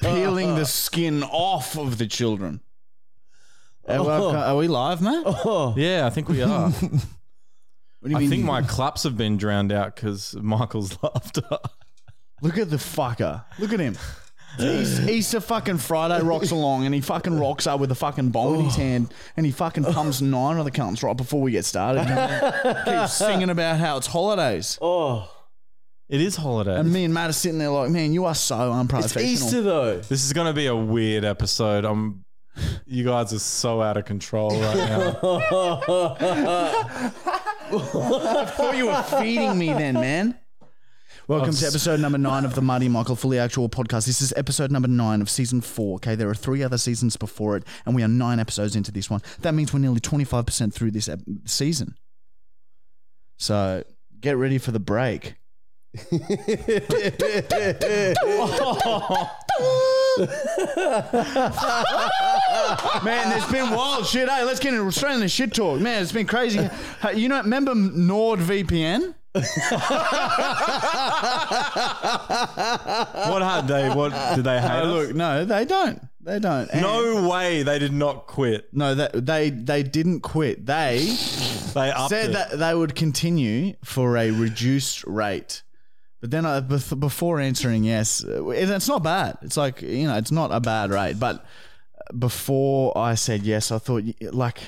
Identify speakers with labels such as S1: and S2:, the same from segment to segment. S1: peeling the skin off of the children. Are, we- are we live, mate?
S2: Yeah, I think we are.
S1: What do you
S2: I
S1: mean?
S2: think my claps have been drowned out because Michael's laughter.
S1: Look at the fucker. Look at him. He's, Easter fucking Friday rocks along and he fucking rocks up with a fucking bong in his hand and he fucking pumps nine of the cunts right before we get started. Keeps singing about how it's holidays.
S3: Oh,
S2: It is holiday.
S1: And me and Matt are sitting there like, man, you are so
S3: it's
S1: unprofessional.
S3: Easter though.
S2: This is going to be a weird episode. I'm. You guys are so out of control right now.
S1: thought you were feeding me then, man. Welcome to episode number nine of the Marty Michael Fully Actual podcast. This is episode number nine of season four. Okay, there are three other seasons before it, and we are nine episodes into this one. That means we're nearly 25% through this ep- season. So get ready for the break. Man, there's been wild shit. Hey, let's get in, straight into shit talk. Man, it's been crazy. Hey, You know, remember NordVPN?
S2: what had they? What did they hate? us?
S1: Look, no, they don't. They don't. And-
S2: no way. They did not quit.
S1: no, that they they didn't quit. They
S2: They upped
S1: said
S2: it.
S1: that they would continue for a reduced rate. But then I, bef- before answering yes, uh, it- it's not bad. It's like, you know, it's not a bad rate. But before I said yes, I thought, y- like,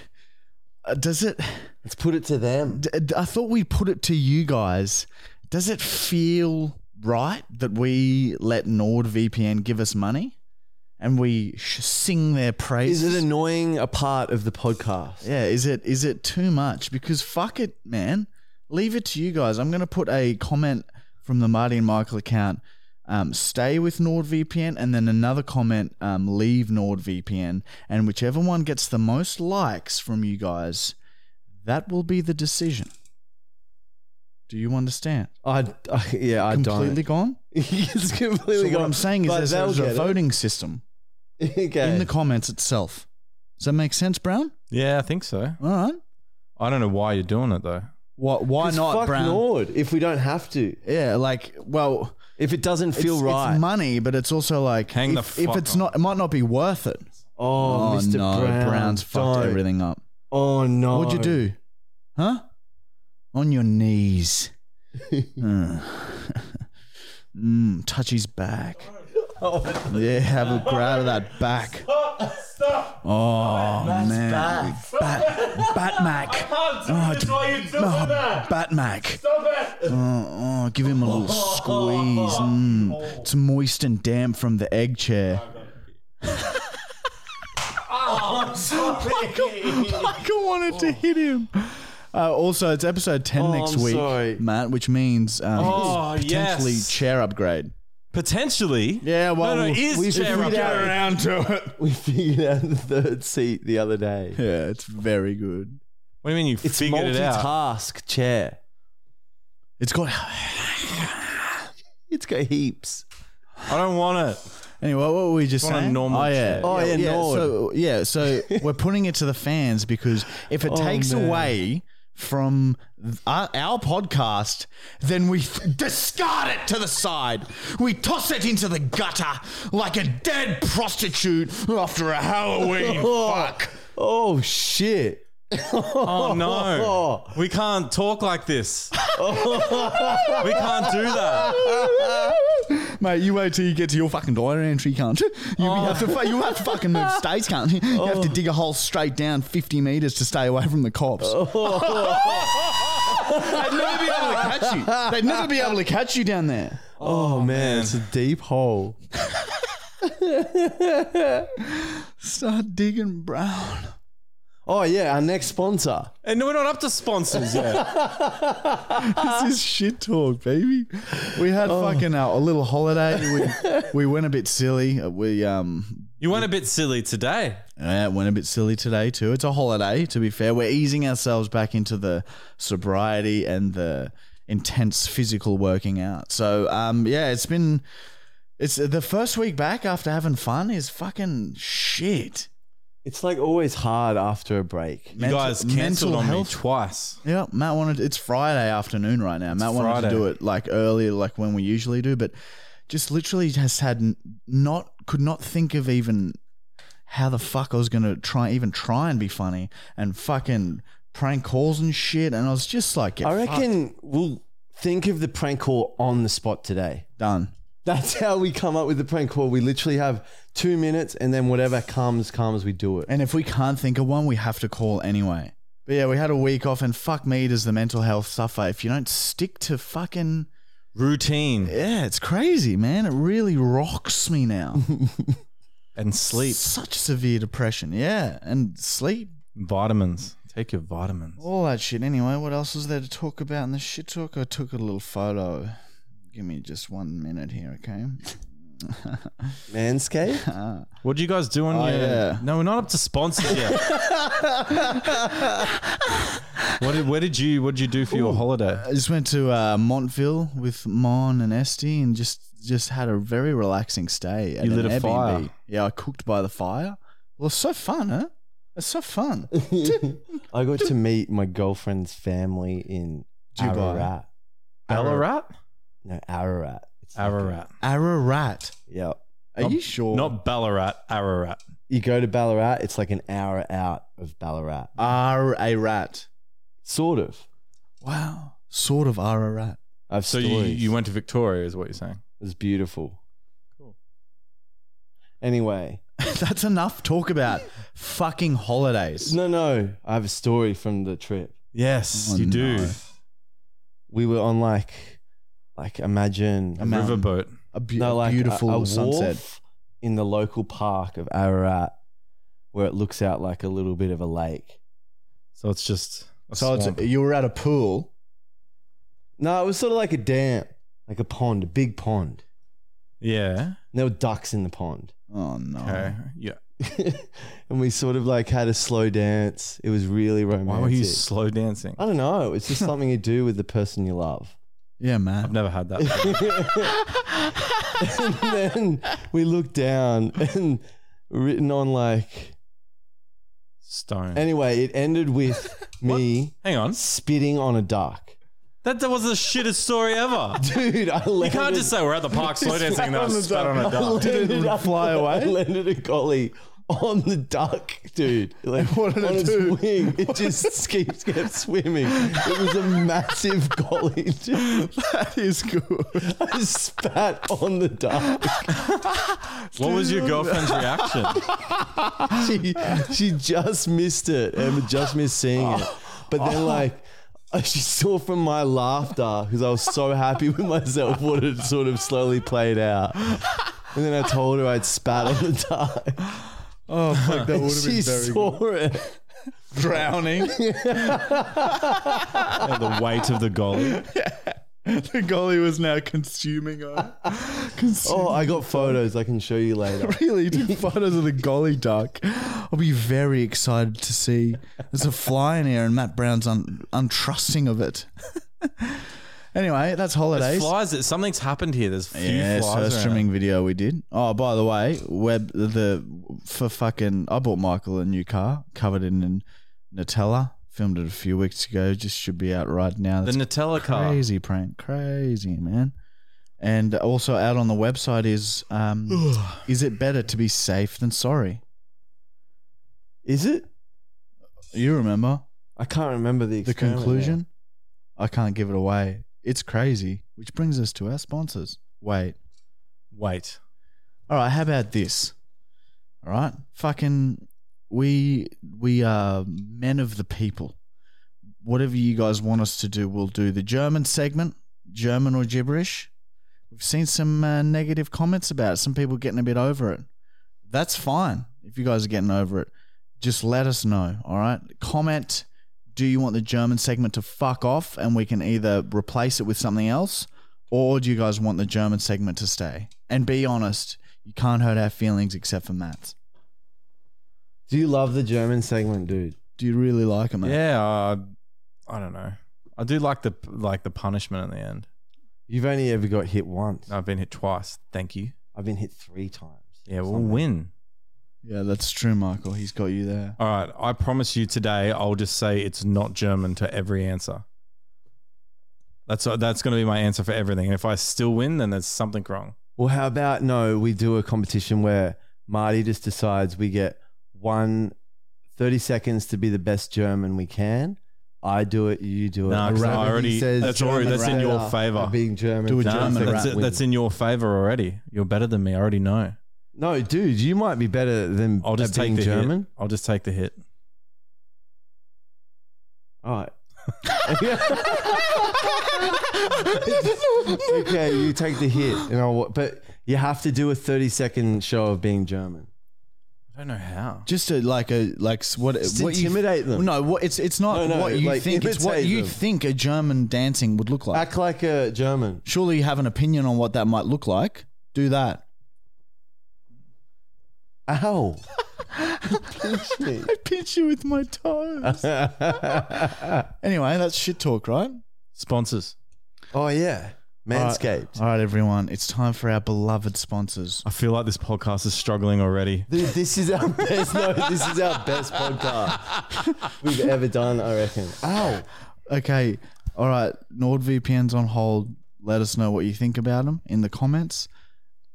S1: uh, does it,
S3: Let's put it to them.
S1: d- d- I thought we put it to you guys. Does it feel right that we let NordVPN give us money and we sh- sing their praises?
S3: Is it annoying a part of the podcast?
S1: Yeah, is it is it too much? Because fuck it, man. Leave it to you guys. I'm gonna put a comment from the Marty and Michael account. Um, stay with NordVPN, and then another comment. Um, leave NordVPN, and whichever one gets the most likes from you guys, that will be the decision. Do you understand?
S3: I, I yeah, I
S1: completely gone.
S3: don't. it's completely
S1: So what
S3: gone.
S1: I'm saying
S3: But
S1: is,
S3: they'll
S1: there's, there's a
S3: get it.
S1: voting system
S3: okay.
S1: in the comments itself. Does that make sense, Brown?
S2: yeah, I think so.
S1: All right.
S2: I don't know why you're doing it though.
S1: What? Why
S3: 'Cause
S1: not,
S3: fuck
S1: Brown?
S3: Nord if we don't have to.
S1: Yeah, like, well,
S3: If it doesn't
S1: it's,
S3: feel right.
S1: it's money, but it's also like,
S2: Hang the
S1: if, if
S2: fuck
S1: it's
S2: on.
S1: not, it might not be worth it.
S3: oh, Mr. Brown,
S1: Brown's fucked
S3: don't.
S1: everything up.
S3: Oh no.
S1: What'd you do? Huh? On your knees. Mm. Mm, touch his back. Yeah, have a grab of that back. Oh man, bat, bat mac. Oh, d- oh, bat mac. Oh, oh, give him a little squeeze. Mm. It's moist and damp from the egg chair.
S2: Oh,
S1: Michael, Michael wanted to hit him. Uh, also, it's episode 10
S3: Oh,
S1: next
S3: I'm
S1: week,
S3: sorry.
S1: Matt, which means um,
S2: Oh,
S1: potentially
S2: yes.
S1: chair upgrade.
S2: Potentially.
S1: Yeah, well,
S2: no, no, it is
S1: we-
S2: chair
S1: we
S2: upgrade.
S1: get around to it.
S3: We figured out the third seat the other day.
S1: Yeah, it's very good.
S2: What do you mean you
S3: It's
S2: figured it out?
S3: multitask chair.
S1: It's got.
S3: It's got heaps.
S2: I don't want it.
S1: Anyway, what were we just
S2: It's on a
S1: saying?
S2: normal
S1: oh yeah,
S2: chair.
S3: Oh, yeah, Nord.
S1: So yeah, so we're putting it to the fans because if it
S3: Oh,
S1: takes
S3: man.
S1: away from th- our, our podcast, then we th- discard it to the side. We toss it into the gutter like a dead prostitute after a Halloween fuck.
S3: Oh shit.
S2: Oh no. We can't talk like this. we can't do that.
S1: Mate, you wait till you get to your fucking diary entry, can't you? You have to, fu- you have to fucking move states, can't you? You have to dig a hole straight down fifty meters to stay away from the cops. They'd never be able to catch you. They'd never be able to catch you down there.
S3: Oh, man. it's a deep hole.
S1: Start digging, Brown.
S3: Oh yeah, our next sponsor.
S2: And we're not up to sponsors yet.
S1: This is shit talk, baby. We had fucking uh, a little holiday. We, we went a bit silly. We um
S2: You went a bit silly today.
S1: Yeah, it went a bit silly today too. It's a holiday, to be fair. We're easing ourselves back into the sobriety and the intense physical working out. So, um, yeah, it's been it's the first week back after having fun is fucking shit.
S3: It's like always hard after a break.
S2: You guys cancelled
S1: mental
S2: on
S1: health.
S2: me twice.
S1: Yeah, Matt wanted. It's Friday afternoon right now. Matt wanted
S2: Friday.
S1: to do it like earlier, like when we usually do, but just literally just had n- not could not think of even how the fuck I was gonna try even try and be funny and fucking prank calls and shit. And I was just like, get
S3: I reckon we'll think of the prank call on the spot today.
S1: done.
S3: That's how we come up with the prank call. We literally have two minutes, and then whatever comes, comes. We do it.
S1: And if we can't think of one, we have to call anyway. But yeah, we had a week off, and fuck me, does the mental health suffer if you don't stick to fucking.
S2: Routine
S1: Yeah, it's crazy, man. It really rocks me now.
S2: and sleep.
S1: Such severe depression. Yeah, and sleep,
S2: Vitamins. Take your vitamins.
S1: all that shit. Anyway, what else was there to talk about in the shit talk? I took a little photo. Give me just one minute here, okay?
S3: Manscaped.
S2: What do you guys do on
S1: Oh,
S2: your?
S1: yeah.
S2: No, we're not up to sponsors yet. what did, where did you what did you do for your holiday?
S1: I just went to uh, Montville with Mon and Esty, and just just had a very relaxing stay. At
S2: You lit
S1: an
S2: a
S1: Airbnb.
S2: fire.
S1: Yeah, I cooked by the fire. Well, it's so fun, huh? It's so fun.
S3: I got to meet my girlfriend's family in
S1: Dubai.
S3: Ararat.
S2: Ballarat,
S3: No, Ararat. It's like a-
S2: Ararat,
S1: Ararat.
S3: Yeah.
S1: Are you sure?
S2: not Ballarat, Ararat.
S3: You go to Ballarat, it's like an hour out of Ballarat.
S2: Uh,
S1: Ararat.
S3: Sort of.
S1: Wow. Sort of Ararat.
S3: I've
S2: So you,
S3: stories.
S2: you went to Victoria, is what you're saying?
S3: It was beautiful.
S2: Cool.
S3: Anyway,
S1: That's enough talk about fucking holidays.
S3: no, no. I have a story from the trip.
S2: Yes,
S1: Oh,
S2: you do.
S1: no.
S3: We were on like, like imagine
S1: A mountain.
S2: Riverboat.
S1: A bu-
S3: no, like
S1: beautiful
S3: a, a
S1: sunset.
S3: wharf in the local park of Ararat, where it looks out like a little bit of a lake.
S2: So it's just a
S1: So it's,
S2: swamp.
S1: you were at a pool.
S3: No, it was sort of like a dam, like a pond, a big pond.
S2: yeah.
S3: And there were ducks in the pond.
S1: Oh no.
S2: Okay. Yeah.
S3: and we sort of like had a slow dance. It was really romantic.
S2: Why were you slow dancing?
S3: I don't know. It's just something you do with the person you love.
S1: Yeah,
S2: I've
S1: man.
S2: never had that.
S3: and then we looked down and written on like.
S2: Stone.
S3: Anyway, it ended with me
S2: Hang on.
S3: spitting on a duck.
S2: That, that was the shittest story ever.
S3: Dude, I
S2: You
S3: landed.
S2: can't just say we're at the park slow dancing and then I spat on a duck.
S3: Did
S1: it fly away?
S3: I landed a golly on the duck, dude. Like,
S1: What did
S3: on
S1: it
S3: its
S1: do?
S3: wing. It just keeps kept swimming. It was a massive golly, dude.
S1: That is good.
S3: I spat on the duck.
S2: What was your girlfriend's reaction?
S3: she she just missed it and just missed seeing it. But then like she saw from my laughter because I was so happy with myself what had sort of slowly played out. And then I told her I'd spat on the duck.
S1: Oh fuck, that would have been
S3: She
S1: very
S3: saw it.
S1: drowning.
S2: Yeah, the weight of the goalie.
S1: the goalie was now consuming her.
S3: Oh, I got photos I can show you later.
S1: Really, took photos of the golly duck. I'll be very excited to see. There's a fly in here, and Matt Brown's un- untrusting of it. anyway, that's holidays.
S2: Flies. it- Something's happened here. There's few
S1: Yeah, so
S2: flies.
S1: a
S2: around.
S1: streaming video we did. Oh, by the way, web the for fucking I bought Michael a new car, covered it in Nutella. Filmed it a few weeks ago. Just should be out right now.
S2: The
S1: That's
S2: Nutella car.
S1: crazy prank, crazy man. And also out on the website is um, is it better to be safe than sorry?
S3: Is it?
S1: You remember
S3: I can't remember the
S1: the
S3: experiment now.
S1: conclusion? I can't give it away. It's crazy. Which brings us to our sponsors. Wait.
S2: Wait.
S1: All right, how about this? All right, fucking, we we are men of the people. Whatever you guys want us to do, we'll do. The German segment, German or gibberish. We've seen some uh, negative comments about it. Some people getting a bit over it. That's fine if you guys are getting over it. Just let us know. All right, comment. Do you want the German segment to fuck off, and we can either replace it with something else, or do you guys want the German segment to stay? And be honest, you can't hurt our feelings except for Matt's.
S3: Do you love the German segment, dude?
S1: Do you really like him, Matt?
S2: Yeah. Uh, I don't know. I do like the like the punishment in the end.
S3: You've only ever got hit once.
S2: I've been hit twice. Thank you.
S3: I've been hit three times.
S2: Yeah, we'll
S3: Something.
S2: win.
S1: Yeah, that's true, Michael. He's got you there.
S2: All right, I promise you today, I'll just say it's not German to every answer. That's uh, that's going to be my answer for everything. And if I still win, then there's something wrong.
S3: Well, how about no, we do a competition where Marty just decides we get one 30 seconds to be the best German we can. I do it, you do it.
S2: Nah, 'cause I
S3: Whoever
S2: already- that's already-
S3: German
S2: that's in your
S3: rap
S2: favor.
S3: for Being German.
S1: Do a
S3: for
S2: Nah,
S1: German
S3: second
S2: that's, it,
S3: win.
S2: that's in your favor already. You're better than me. I already know.
S3: No, dude, you might be better than
S2: I'll just
S3: at
S2: take
S3: being
S2: the
S3: German.
S2: hit. I'll just take the hit.
S3: All right. okay, you take the hit, and I'll, wa- but you have to do a thirty-second show of being German.
S2: I don't know how.
S1: Just a, like a like s- what
S3: Just
S1: what
S3: intimidate
S1: you,
S3: them.
S1: No, what it's it's not
S3: No, no,
S1: what you
S3: like,
S1: think. It's what
S3: imitate
S1: you
S3: them.
S1: think a German dancing would look like.
S3: Act like a German.
S1: Surely you have an opinion on what that might look like. Do that.
S3: Ow! Pinch me.
S1: Pinch you with my toes. anyway, that's shit talk, right?
S2: Sponsors.
S3: Oh yeah, manscaped.
S1: All right, everyone. It's time for our beloved sponsors.
S2: I feel like this podcast is struggling already.
S3: Dude, this is our best. No, this is our best podcast we've ever done. I reckon. Ow!
S1: Okay. All right. NordVPN's on hold. Let us know what you think about them in the comments.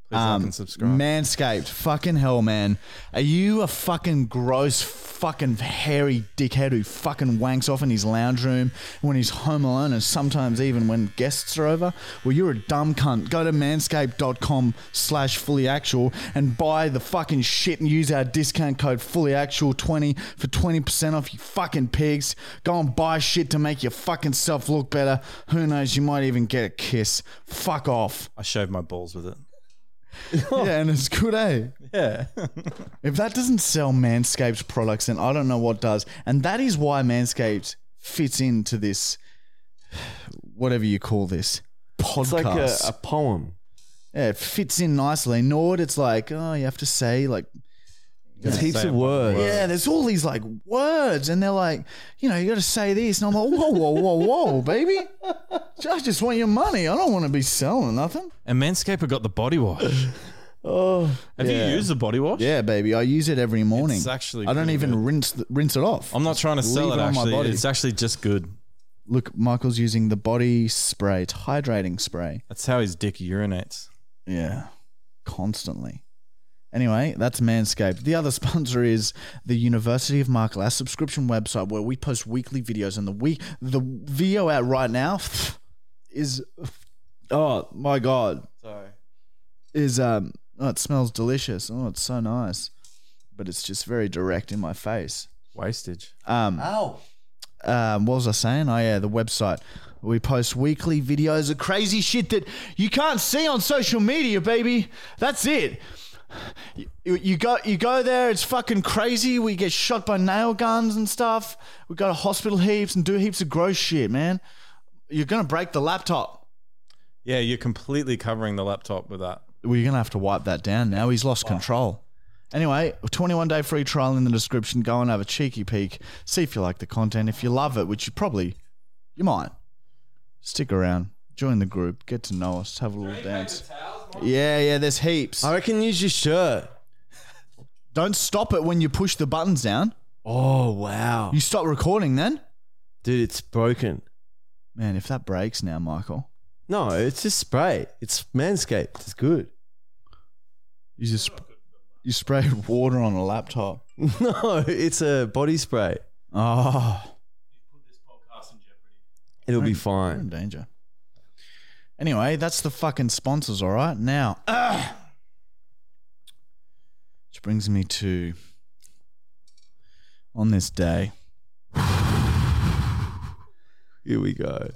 S2: Please
S1: Um,
S2: like and subscribe.
S1: Manscaped. Fucking hell, man. Are you a fucking gross, fucking hairy dickhead who fucking wanks off in his lounge room when he's home alone and sometimes even when guests are over? Well, you're a dumb cunt. Go to manscaped.com slash fully actual and buy the fucking shit and use our discount code fully actual 20 for 20% off, you fucking pigs. Go and buy shit to make your fucking self look better. Who knows? You might even get a kiss. Fuck off.
S2: I shaved my balls with it.
S1: Yeah, and it's good, eh?
S2: Yeah.
S1: If that doesn't sell Manscaped's products, then I don't know what does. And that is why Manscaped fits into this, whatever you call this, podcast.
S3: It's like a, a poem.
S1: yeah, it fits in nicely. Nord, it's like, oh, you have to say, like,
S3: There's heaps
S2: Say
S3: of
S2: it.
S3: words.
S1: yeah, there's all these like words, and they're like, you know, you got to say this. And I'm like, whoa, whoa, whoa, whoa, baby. I just want your money. I don't want to be selling nothing.
S2: And Manscaper got the body wash.
S3: Oh,
S2: Have
S3: Yeah.
S2: you used the body wash?
S1: Yeah, baby. I use it every morning.
S2: It's actually
S1: I don't
S2: pretty
S1: even
S2: good.
S1: rinse the, rinse it off.
S2: I'm not trying to sell
S1: Leave
S2: it,
S1: it on my
S2: actually.
S1: body.
S2: It's actually just good.
S1: Look, Michael's using the body spray. It's hydrating spray.
S2: That's how his dick urinates.
S1: Yeah. Constantly. Anyway, that's Manscaped. The other sponsor is the University of Markle, our subscription website where we post weekly videos and the week the video out right now is oh my god.
S2: Sorry.
S1: Is um oh, it smells delicious. Oh, it's so nice. But it's just very direct in my face.
S2: Wastage.
S1: Um
S3: ow!
S1: um, what was I saying? Oh yeah, the website. We post weekly videos of crazy shit that you can't see on social media, baby. That's it. You, you go you go there, it's fucking crazy. We get shot by nail guns and stuff. We go to hospital heaps and do heaps of gross shit, man. You're gonna break the laptop.
S2: Yeah, you're completely covering the laptop with that.
S1: Well, you're gonna have to wipe that down now. He's lost control. Anyway, 21 day free trial in the description. Go and have a cheeky peek. See if you like the content. If you love it, which you probably you might, stick around, join the group, get to know us, have a little dance. Yeah, yeah. There's heaps.
S3: I reckon use your shirt.
S1: Don't stop it when you push the buttons down.
S3: Oh wow,
S1: You stop recording then.
S3: dude, it's broken.
S1: Man, if that breaks now, Michael,
S3: No, it's just spray. It's manscaped. It's good.
S1: you just you sprayed water on a laptop.
S3: No, it's a body spray.
S1: Oh.
S3: It'll be
S1: We're in
S3: fine.
S1: danger. Anyway, that's the fucking sponsors, all right? Now, which brings me to on this day.
S3: Here we go.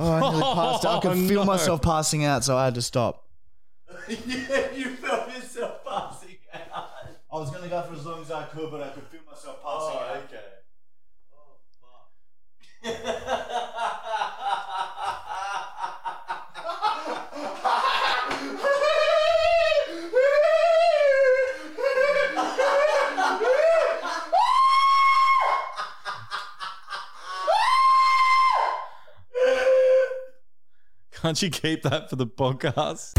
S1: Oh, I nearly passed out. I could feel myself passing out, so I had to stop. yeah, you felt yourself passing out. I was going to go for as long as I could, but I could feel myself passing out.
S2: Can't you keep that for the podcast?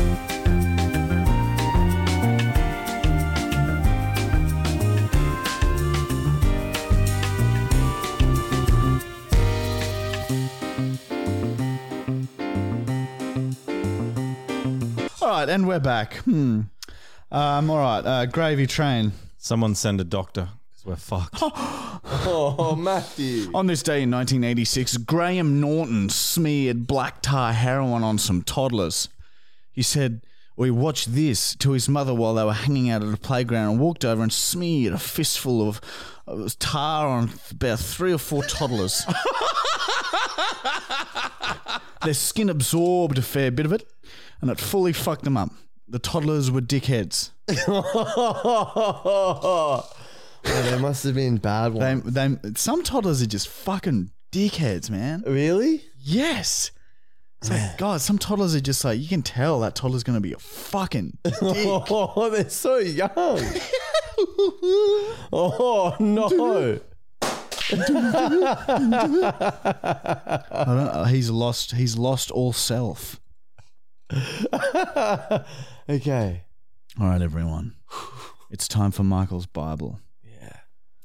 S1: All right, and we're back. Hmm. Um, all right, uh, gravy train.
S2: Someone send a doctor because we're fucked.
S3: Oh, Matthew.
S1: On this day in 1986, Graham Norton smeared black tar heroin on some toddlers. He said, We watched this to his mother while they were hanging out at a playground and walked over and smeared a fistful of, of tar on about three or four toddlers. Their skin absorbed a fair bit of it and it fully fucked them up. The toddlers were dickheads.
S3: oh, they must have been bad
S1: They,
S3: ones.
S1: they, some toddlers are just fucking dickheads, man.
S3: really?
S1: Yes. It's like, God, some toddlers are just like, you can tell that toddler's going to be a fucking.
S3: Oh, they're so young. oh no.
S1: I don't, know, he's lost. He's lost all self.
S3: okay.
S1: All right, everyone. It's time for Michael's Bible. Yeah.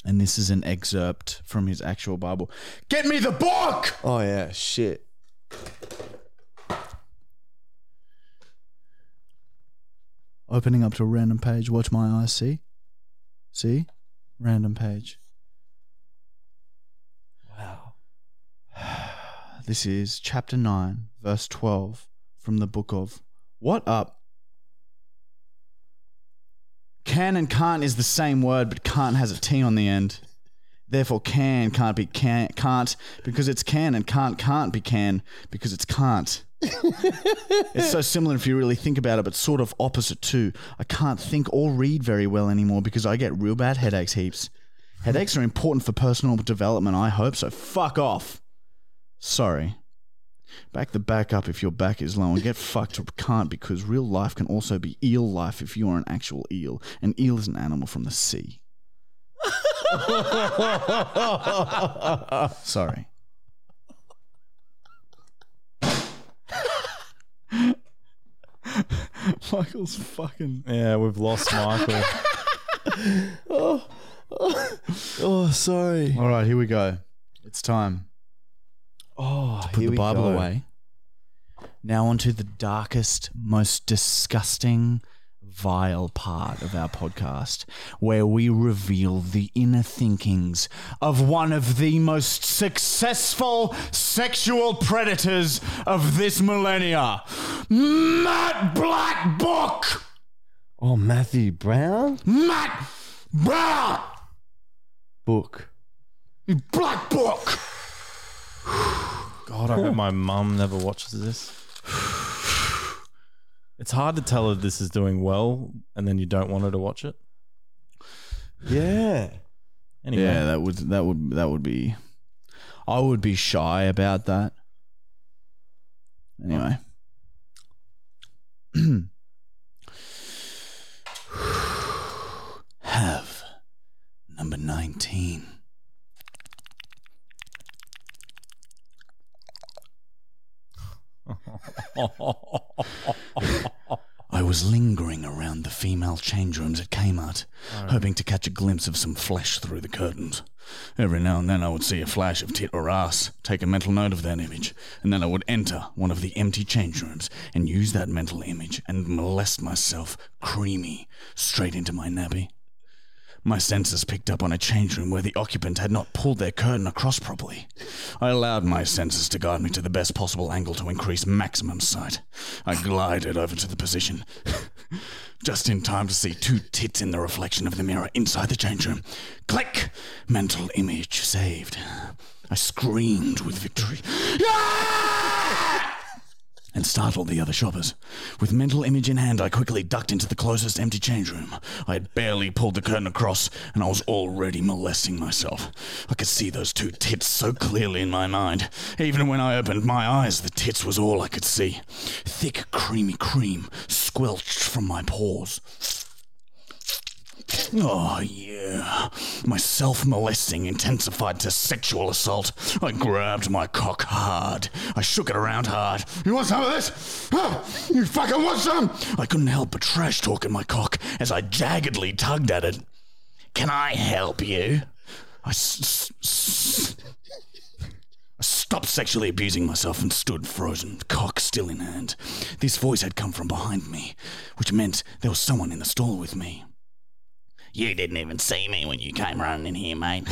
S1: And this is an excerpt from his actual Bible. Get me the book!
S3: Oh yeah. Shit.
S1: Opening up to a random page. Watch my eyes see. See? Random page.
S3: Wow.
S1: This is chapter 9, verse 12 from the book of What Up? Can and can't is the same word, but can't has a T on the end. Therefore, can can't be can, can't because it's can, and can't can't be can because it's can't. it's so similar if you really think about it, but sort of opposite too. I can't think or read very well anymore because I get real bad headaches heaps. Headaches are important for personal development, I hope, so fuck off. Sorry. Back the back up if your back is low and get fucked or can't because real life can also be eel life if you are an actual eel. An eel is an animal from the sea. Sorry. Michael's fucking.
S2: yeah, we've lost Michael.
S3: Oh sorry.
S1: All right, here we go. It's time.
S3: Oh,
S1: Put the Bible away. Now onto the darkest, most disgusting, vile part of our podcast, where we reveal the inner thinkings of one of the most successful sexual predators of this millennia, Matt Black Book.
S3: Oh, Matthew Brown
S1: Matt Brown.
S3: book.
S1: Black Book.
S2: God, I hope my mum never watches this. It's hard to tell if this is doing well and then you don't want her to watch it.
S3: Yeah.
S2: Anyway,
S1: Yeah, that would that would that would be. I would be shy about that. Anyway. Have number 19. I was lingering around the female change rooms at Kmart, hoping to catch a glimpse of some flesh through the curtains. Every now and then I would see a flash of tit or ass, take a mental note of that image, and then I would enter one of the empty change rooms and use that mental image and molest myself creamy straight into my nappy. My senses picked up on a change room where the occupant had not pulled their curtain across properly. I allowed my senses to guide me to the best possible angle to increase maximum sight. I glided over to the position, just in time to see two tits in the reflection of the mirror inside the change room. Click! Mental image saved. I screamed with victory. and startled the other shoppers. With mental image in hand, I quickly ducked into the closest empty change room. I had barely pulled the curtain across, and I was already molesting myself. I could see those two tits so clearly in my mind. Even when I opened my eyes, the tits was all I could see. Thick, creamy cream squelched from my pores. Oh, yeah. My self molesting intensified to sexual assault. I grabbed my cock hard. I shook it around hard. You want some of this? Huh? You fucking want some? I couldn't help but trash talking my cock as I jaggedly tugged at it. Can I help you? I s- s- s- I stopped sexually abusing myself and stood frozen, cock still in hand. This voice had come from behind me, which meant there was someone in the stall with me. You didn't even see me when you came running in here, mate.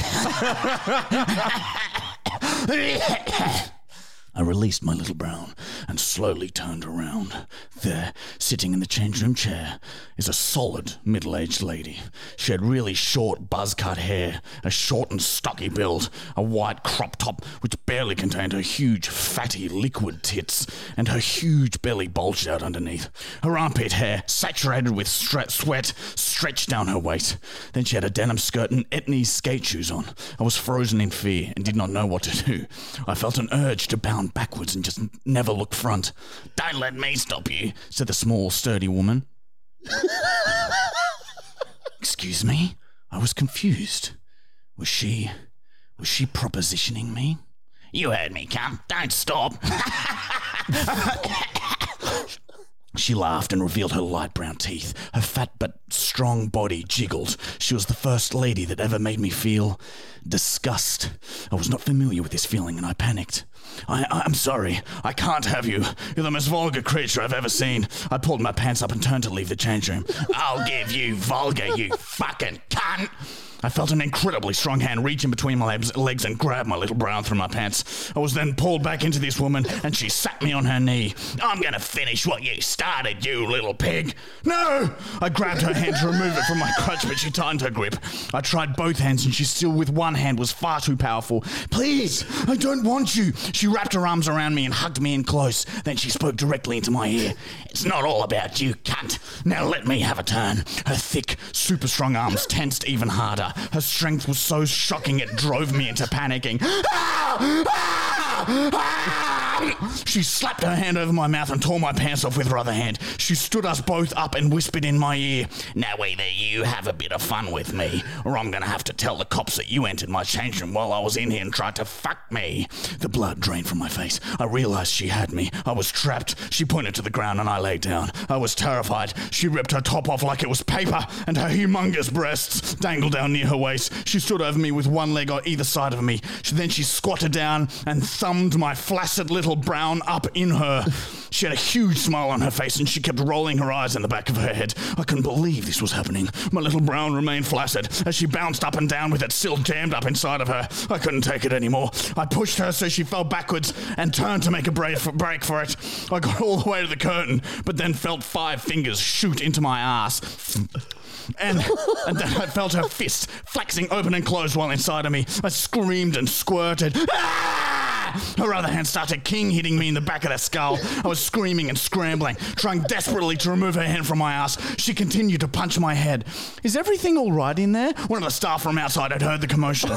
S1: I released my little brown and slowly turned around. There, sitting in the change room chair, is a solid middle aged lady. She had really short buzz cut hair, a short and stocky build, a white crop top which barely contained her huge, fatty, liquid tits, and her huge belly bulged out underneath. Her armpit hair, saturated with stre- sweat, stretched down her waist. Then she had a denim skirt and etnies skate shoes on. I was frozen in fear and did not know what to do. I felt an urge to bound backwards and just n- never look front. Don't let me stop you, said the small, sturdy woman. Excuse me? I was confused. Was she. was she propositioning me? You heard me, come. Don't stop. She laughed and revealed her light brown teeth. Her fat but strong body jiggled. She was the first lady that ever made me feel disgust. I was not familiar with this feeling and I panicked. I, I, am sorry. I can't have you. You're the most vulgar creature I've ever seen. I pulled my pants up and turned to leave the change room. I'll give you vulgar, you fucking cunt! I felt an incredibly strong hand reach in between my legs- legs and grab my little brown through my pants. I was then pulled back into this woman, and she sat me on her knee. I'm gonna finish what you started, you little pig. No! I grabbed her hand to remove it from my crutch, but she tightened her grip. I tried both hands, and she still, with one hand, was far too powerful. Please, I don't want you. She wrapped her arms around me and hugged me in close. Then she spoke directly into my ear. It's not all about you, cunt. Now let me have a turn. Her thick, super strong arms tensed even harder. Her strength was so shocking it drove me into panicking. Ah! Ah! Ah! She slapped her hand over my mouth and tore my pants off with her other hand. She stood us both up and whispered in my ear, Now either you have a bit of fun with me, or I'm gonna have to tell the cops that you entered my change room while I was in here and tried to fuck me. The blood drained from my face. I realized she had me. I was trapped. She pointed to the ground and I lay down. I was terrified. She ripped her top off like it was paper, and her humongous breasts dangled down near her waist. She stood over me with one leg on either side of me. She, then she squatted down and thumbed my flaccid little brown up in her. She had a huge smile on her face and she kept rolling her eyes in the back of her head. I couldn't believe this was happening. My little brown remained flaccid as she bounced up and down with it still jammed up inside of her. I couldn't take it anymore. I pushed her so she fell backwards and turned to make a break for, break for it. I got all the way to the curtain, but then felt five fingers shoot into my ass. And, and then I felt her fist flexing open and closed while inside of me. I screamed and squirted. Ah! Her other hand started king hitting me in the back of the skull. I was screaming and scrambling, trying desperately to remove her hand from my ass. She continued to punch my head. Is everything all right in there? One of the staff from outside had heard the commotion.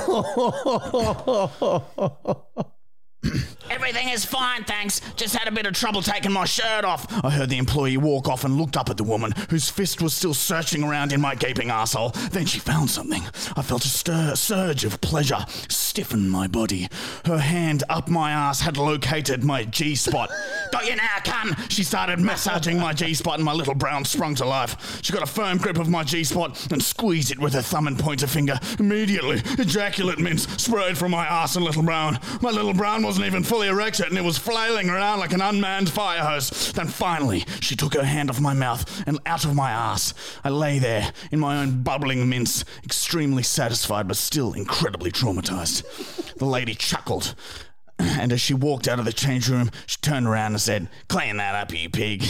S1: Everything is fine, thanks. Just had a bit of trouble taking my shirt off. I heard the employee walk off and looked up at the woman, whose fist was still searching around in my gaping asshole. Then she found something. I felt a stir, surge of pleasure stiffen my body. Her hand up my ass had located my G spot. Got you now, cunt! She started massaging my G spot, and my little brown sprung to life. She got a firm grip of my G spot and squeezed it with her thumb and pointer finger. Immediately, ejaculate mints sprayed from my ass and little brown. My little brown wasn't even fully erect yet, and it was flailing around like an unmanned fire hose. Then finally, she took her hand off my mouth and out of my ass. I lay there in my own bubbling mints, extremely satisfied but still incredibly traumatized. The lady chuckled. And as she walked out of the change room, she turned around and said, Clean that up, you pig.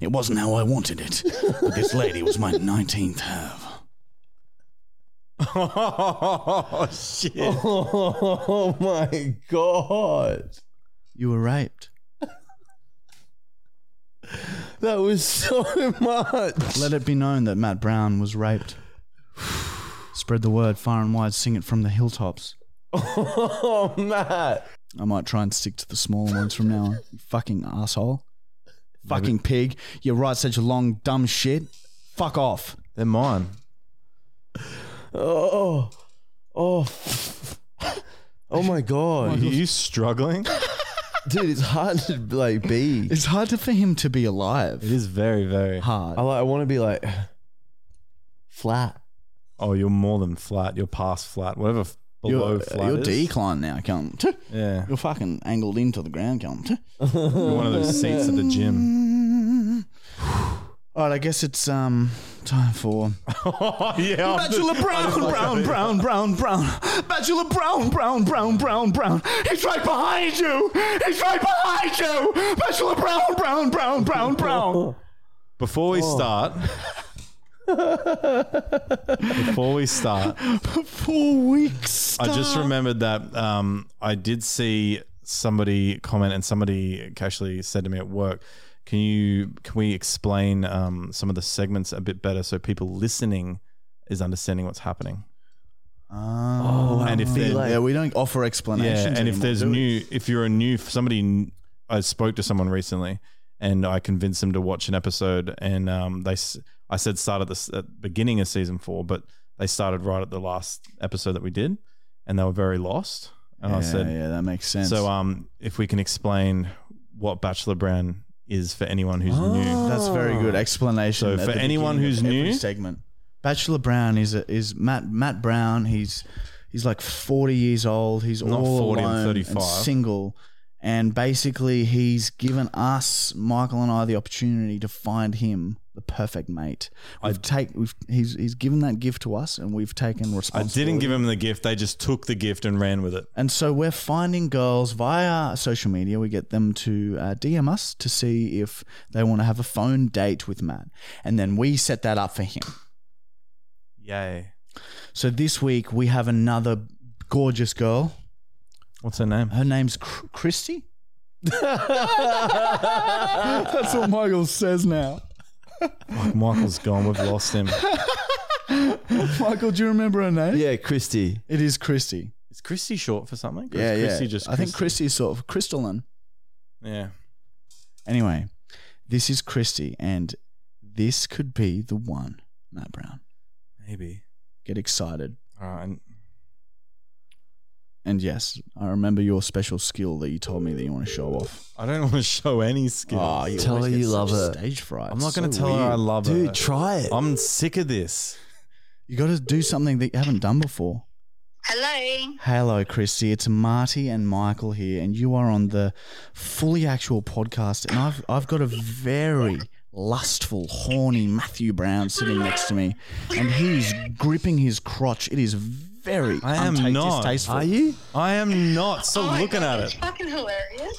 S1: it wasn't how I wanted it, but this lady was my 19th have.
S2: oh shit!
S3: Oh my god.
S1: You were raped.
S3: That was so much.
S1: Let it be known that Matt Brown was raped. Spread the word far and wide, sing it from the hilltops.
S3: Oh Matt.
S1: I might try and stick to the smaller ones from now on. You fucking asshole. Fucking pig. You write such long, dumb shit. Fuck off.
S2: They're mine.
S3: Oh, oh, oh my
S2: Are
S3: god,
S2: you struggling?
S3: dude! It's hard to like be.
S1: It's hard to, for him to be alive.
S2: It is very, very
S1: Hard.
S3: I like. I want to be like flat.
S2: Oh, you're more than flat. You're past flat. Whatever f- below
S1: You're, uh,
S2: flat.
S1: you're
S2: is.
S1: decline now, cunt.
S2: Yeah.
S1: You're fucking angled into the ground, cunt.
S2: You're one of those seats at the gym.
S1: All right, I guess it's um time for
S2: oh, yeah. I'm just-
S1: Bachelor Brown, Brown, Brown, Brown, Brown. Bachelor Brown, Brown, Brown, Brown, Brown. He's right behind you. He's right behind you. Bachelor Brown, Brown, Brown, Brown, Brown.
S2: Before we
S1: Oh.
S2: start, before we start,
S1: Four weeks.
S2: I just remembered that um, I did see somebody comment, and somebody actually said to me at work, "Can you can we explain um, some of the segments a bit better so people listening is understanding what's happening?"
S1: Oh,
S2: and if
S1: yeah,
S2: they're
S1: yeah, we don't offer explanations.
S2: yeah, and if
S1: anymore,
S2: there's
S1: do we?
S2: new, if you're a new somebody, I spoke to someone recently, and I convinced them to watch an episode, and um, they, s- I said start at the s- at the beginning of season four, but they started right at the last episode that we did, and they were very lost, and
S1: yeah,
S2: I said.
S1: yeah, that makes sense.
S2: So, um, if we can explain what Bachelor Brand is for anyone who's new,
S1: That's very
S2: Oh.
S1: good explanation.
S2: So
S1: at
S2: for
S1: the beginning
S2: anyone
S1: of
S2: who's
S1: every
S2: new-
S1: segment, Bachelor Brown is a, is Matt Matt Brown. He's he's like forty years old. He's
S2: Not
S1: all
S2: 40, I'm
S1: alone
S2: 35.
S1: and single, and basically he's given us Michael and I the opportunity to find him the perfect mate. We've take we've he's he's given that gift to us, and we've taken
S2: I
S1: responsibility.
S2: didn't give them the gift; they just took the gift and ran with it.
S1: And so we're finding girls via social media. We get them to uh, DM us to see if they want to have a phone date with Matt. And then we set that up for him.
S2: Yay!
S1: So this week we have another gorgeous girl.
S2: What's her name?
S1: Her name's Cr- Christy. That's what Michael says now.
S2: Fuck, Michael's gone. We've lost him.
S1: Michael, do you remember her name?
S3: Yeah, Christy.
S1: It is Christy.
S2: Is Christy short for something? Or is
S1: yeah,
S2: Christy
S1: yeah.
S2: Just
S1: I think Christy is sort of crystalline.
S2: Yeah.
S1: Anyway, this is Christy, and this could be the one, Matt Brown.
S2: Maybe.
S1: Get excited.
S2: All right.
S1: And yes, I remember your special skill that you told me that you want to show off.
S2: I don't want to show any skills.
S1: you
S3: Tell
S1: always get
S3: her you
S1: such
S3: love her.
S1: Stage fright.
S2: I'm not
S1: It's
S2: going to
S1: so
S2: tell her I
S1: weird.
S2: love her.
S3: Dude, try it.
S2: I'm sick of this.
S1: You got to do something that you haven't done before.
S4: Hello.
S1: Hello, Christy. It's Marty and Michael here, and you are on the fully actual podcast. And I've I've got a very lustful, horny Matthew Brown sitting next to me, and he's gripping his crotch. It is very
S2: I am
S1: unta-
S2: not.
S1: distasteful.
S3: Are you?
S2: I am not.
S1: Oh
S2: Stop
S4: my
S2: looking at
S4: God, Oh, It's
S2: it.
S4: fucking hilarious.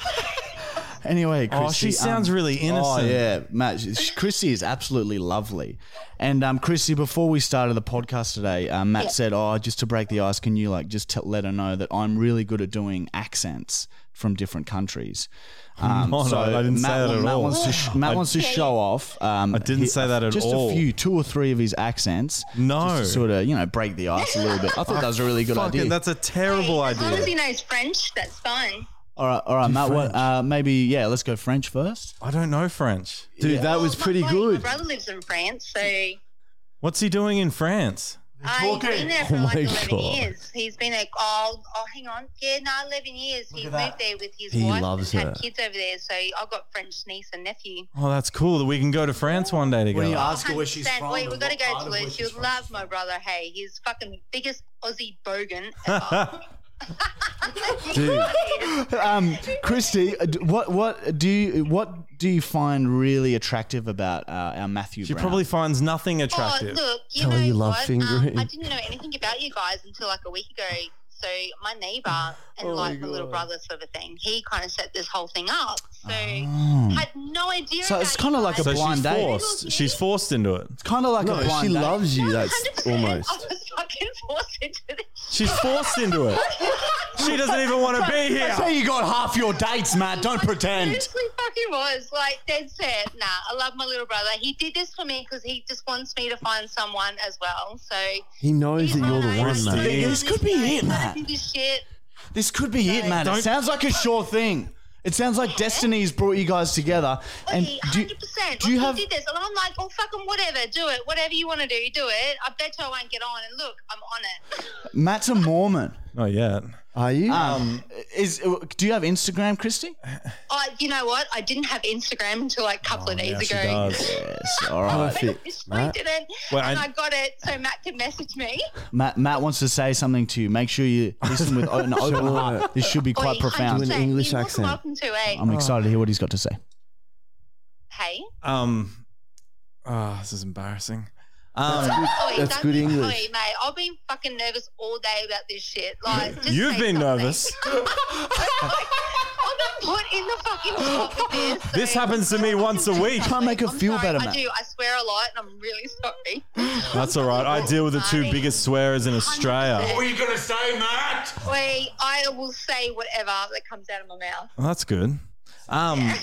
S1: Anyway, Christy,
S2: Oh, she sounds
S1: um,
S2: really
S1: Oh
S2: innocent.
S1: yeah, Matt. she- she- Chrissy is absolutely lovely. And um, Chrissy, before we started the podcast today, uh, Matt said, "Oh, just to break the ice, can you like just t- let her know that I'm really good at doing accents from different countries." Um,
S2: No, no, I didn't say
S1: Matt,
S2: that at
S1: Matt
S2: all.
S1: Wants to sh- Matt wants to show off. Um, I
S2: didn't say that at
S1: just
S2: all.
S1: a few, two or three of his accents.
S2: No.
S1: just to sort of you know break the ice a little bit. I thought that was a really good
S2: Fucking-
S1: idea.
S2: That's a terrible
S4: As long as he
S2: idea.
S4: knows French, that's fine.
S1: all right, all right, Matt. What, uh, maybe yeah, let's go French first.
S2: I don't know French.
S3: Dude, that was
S4: Well, my-
S3: pretty
S4: my,
S3: good.
S4: My brother lives in France, so
S2: What's he doing in France?
S4: I've been there for
S3: Oh
S4: like
S3: my
S4: 11
S3: God.
S4: years. He's been like, oh, oh, hang on. Yeah, no, 11 years. He's lived there with his
S3: He
S4: wife
S3: loves
S4: and had
S3: her.
S4: kids over there, so I've got French niece and nephew.
S2: Oh, that's cool that we can go to France one day together.
S1: ask
S4: 100%. We, we've got to go to her. She'll love my brother. Hey, he's fucking biggest Aussie bogan ever.
S1: um, Christy, uh, d- what what do you what do you find really attractive about uh, our Matthew?
S2: she
S1: Brown?
S2: probably finds nothing attractive.
S4: Oh, look, you
S3: Tell her
S4: know
S3: you love
S4: what?
S3: fingering.
S4: Um, I didn't know anything about you guys until like a week ago. So my neighbor and
S3: Oh
S4: like my little brother sort of thing, he kind of set this whole thing up. So
S3: Oh.
S4: had no idea.
S1: So
S4: about
S1: it's
S4: you
S1: kinda like a
S4: guys.
S2: so
S1: blind
S2: she's
S1: date.
S2: forced. She's forced into it.
S1: it's kind of like a
S3: No,
S1: blind
S3: she
S1: date.
S3: loves you. That's
S4: 100%, I
S3: almost.
S4: was fucking forced into this.
S2: She's forced into it. She doesn't even want to be here.
S1: Say you got half your dates, Matt. Don't pretend.
S4: Seriously, fucking was like dead set. Nah, I love my little brother. He did this for me because he just wants me to find someone as well. So
S3: He knows that you're
S4: he's like,
S3: the one,
S4: "I
S3: man.
S4: can do
S1: This could be it,
S4: I
S1: Matt.
S4: can do This shit.
S1: This could be it, Matt. It
S2: Don't-
S1: sounds like a sure thing. It sounds like destiny's brought you guys together. And
S4: Oi,
S1: do,
S4: 100%.
S1: do you
S4: Like,
S1: have-
S4: he did this, and I'm like, oh fucking whatever, do it, whatever you want to do, do it. I bet you I won't get on, and look, I'm on it.
S1: Matt's a Mormon.
S2: Not yet.
S3: Are you?
S4: Ah.
S1: Um, is do you have Instagram, Christy?
S4: I, you know what? I didn't have Instagram until like a couple of days
S2: Oh, Yeah, she
S4: ago.
S2: does.
S1: Yes. All
S3: I
S1: right.
S3: think-
S4: I just
S3: Matt?
S4: didn't,
S2: Well,
S4: and
S2: I-
S4: I, got it, so Matt can message me.
S1: Matt, Matt wants to say something to you. Make sure you listen with an open heart. This should be quite
S4: Oi,
S1: profound.
S4: 100%.
S3: An English
S4: You're more than
S3: accent.
S4: Welcome to a
S1: I'm excited to hear what he's got to say.
S4: hey.
S2: Um, oh, this is embarrassing. Um,
S3: That's
S4: Oi,
S3: good- that's
S4: don't
S3: good
S4: be-
S3: English.
S4: Oi, mate, I've been fucking nervous all day about this shit. Like, just
S2: You've
S4: say
S2: been
S4: something.
S2: nervous.
S4: I've been put in the fucking top of this.
S2: This
S4: so-
S2: happens to me once a week.
S1: Can't make her
S4: I'm
S1: feel
S4: sorry,
S1: better,
S4: I
S1: Matt.
S4: do. I swear a lot, and I'm really sorry.
S2: That's all right. I deal with the two biggest swearers in Australia.
S5: What are you going to say, Matt?
S4: Wait, I will say whatever that comes out of my mouth.
S2: Well, that's good. Um,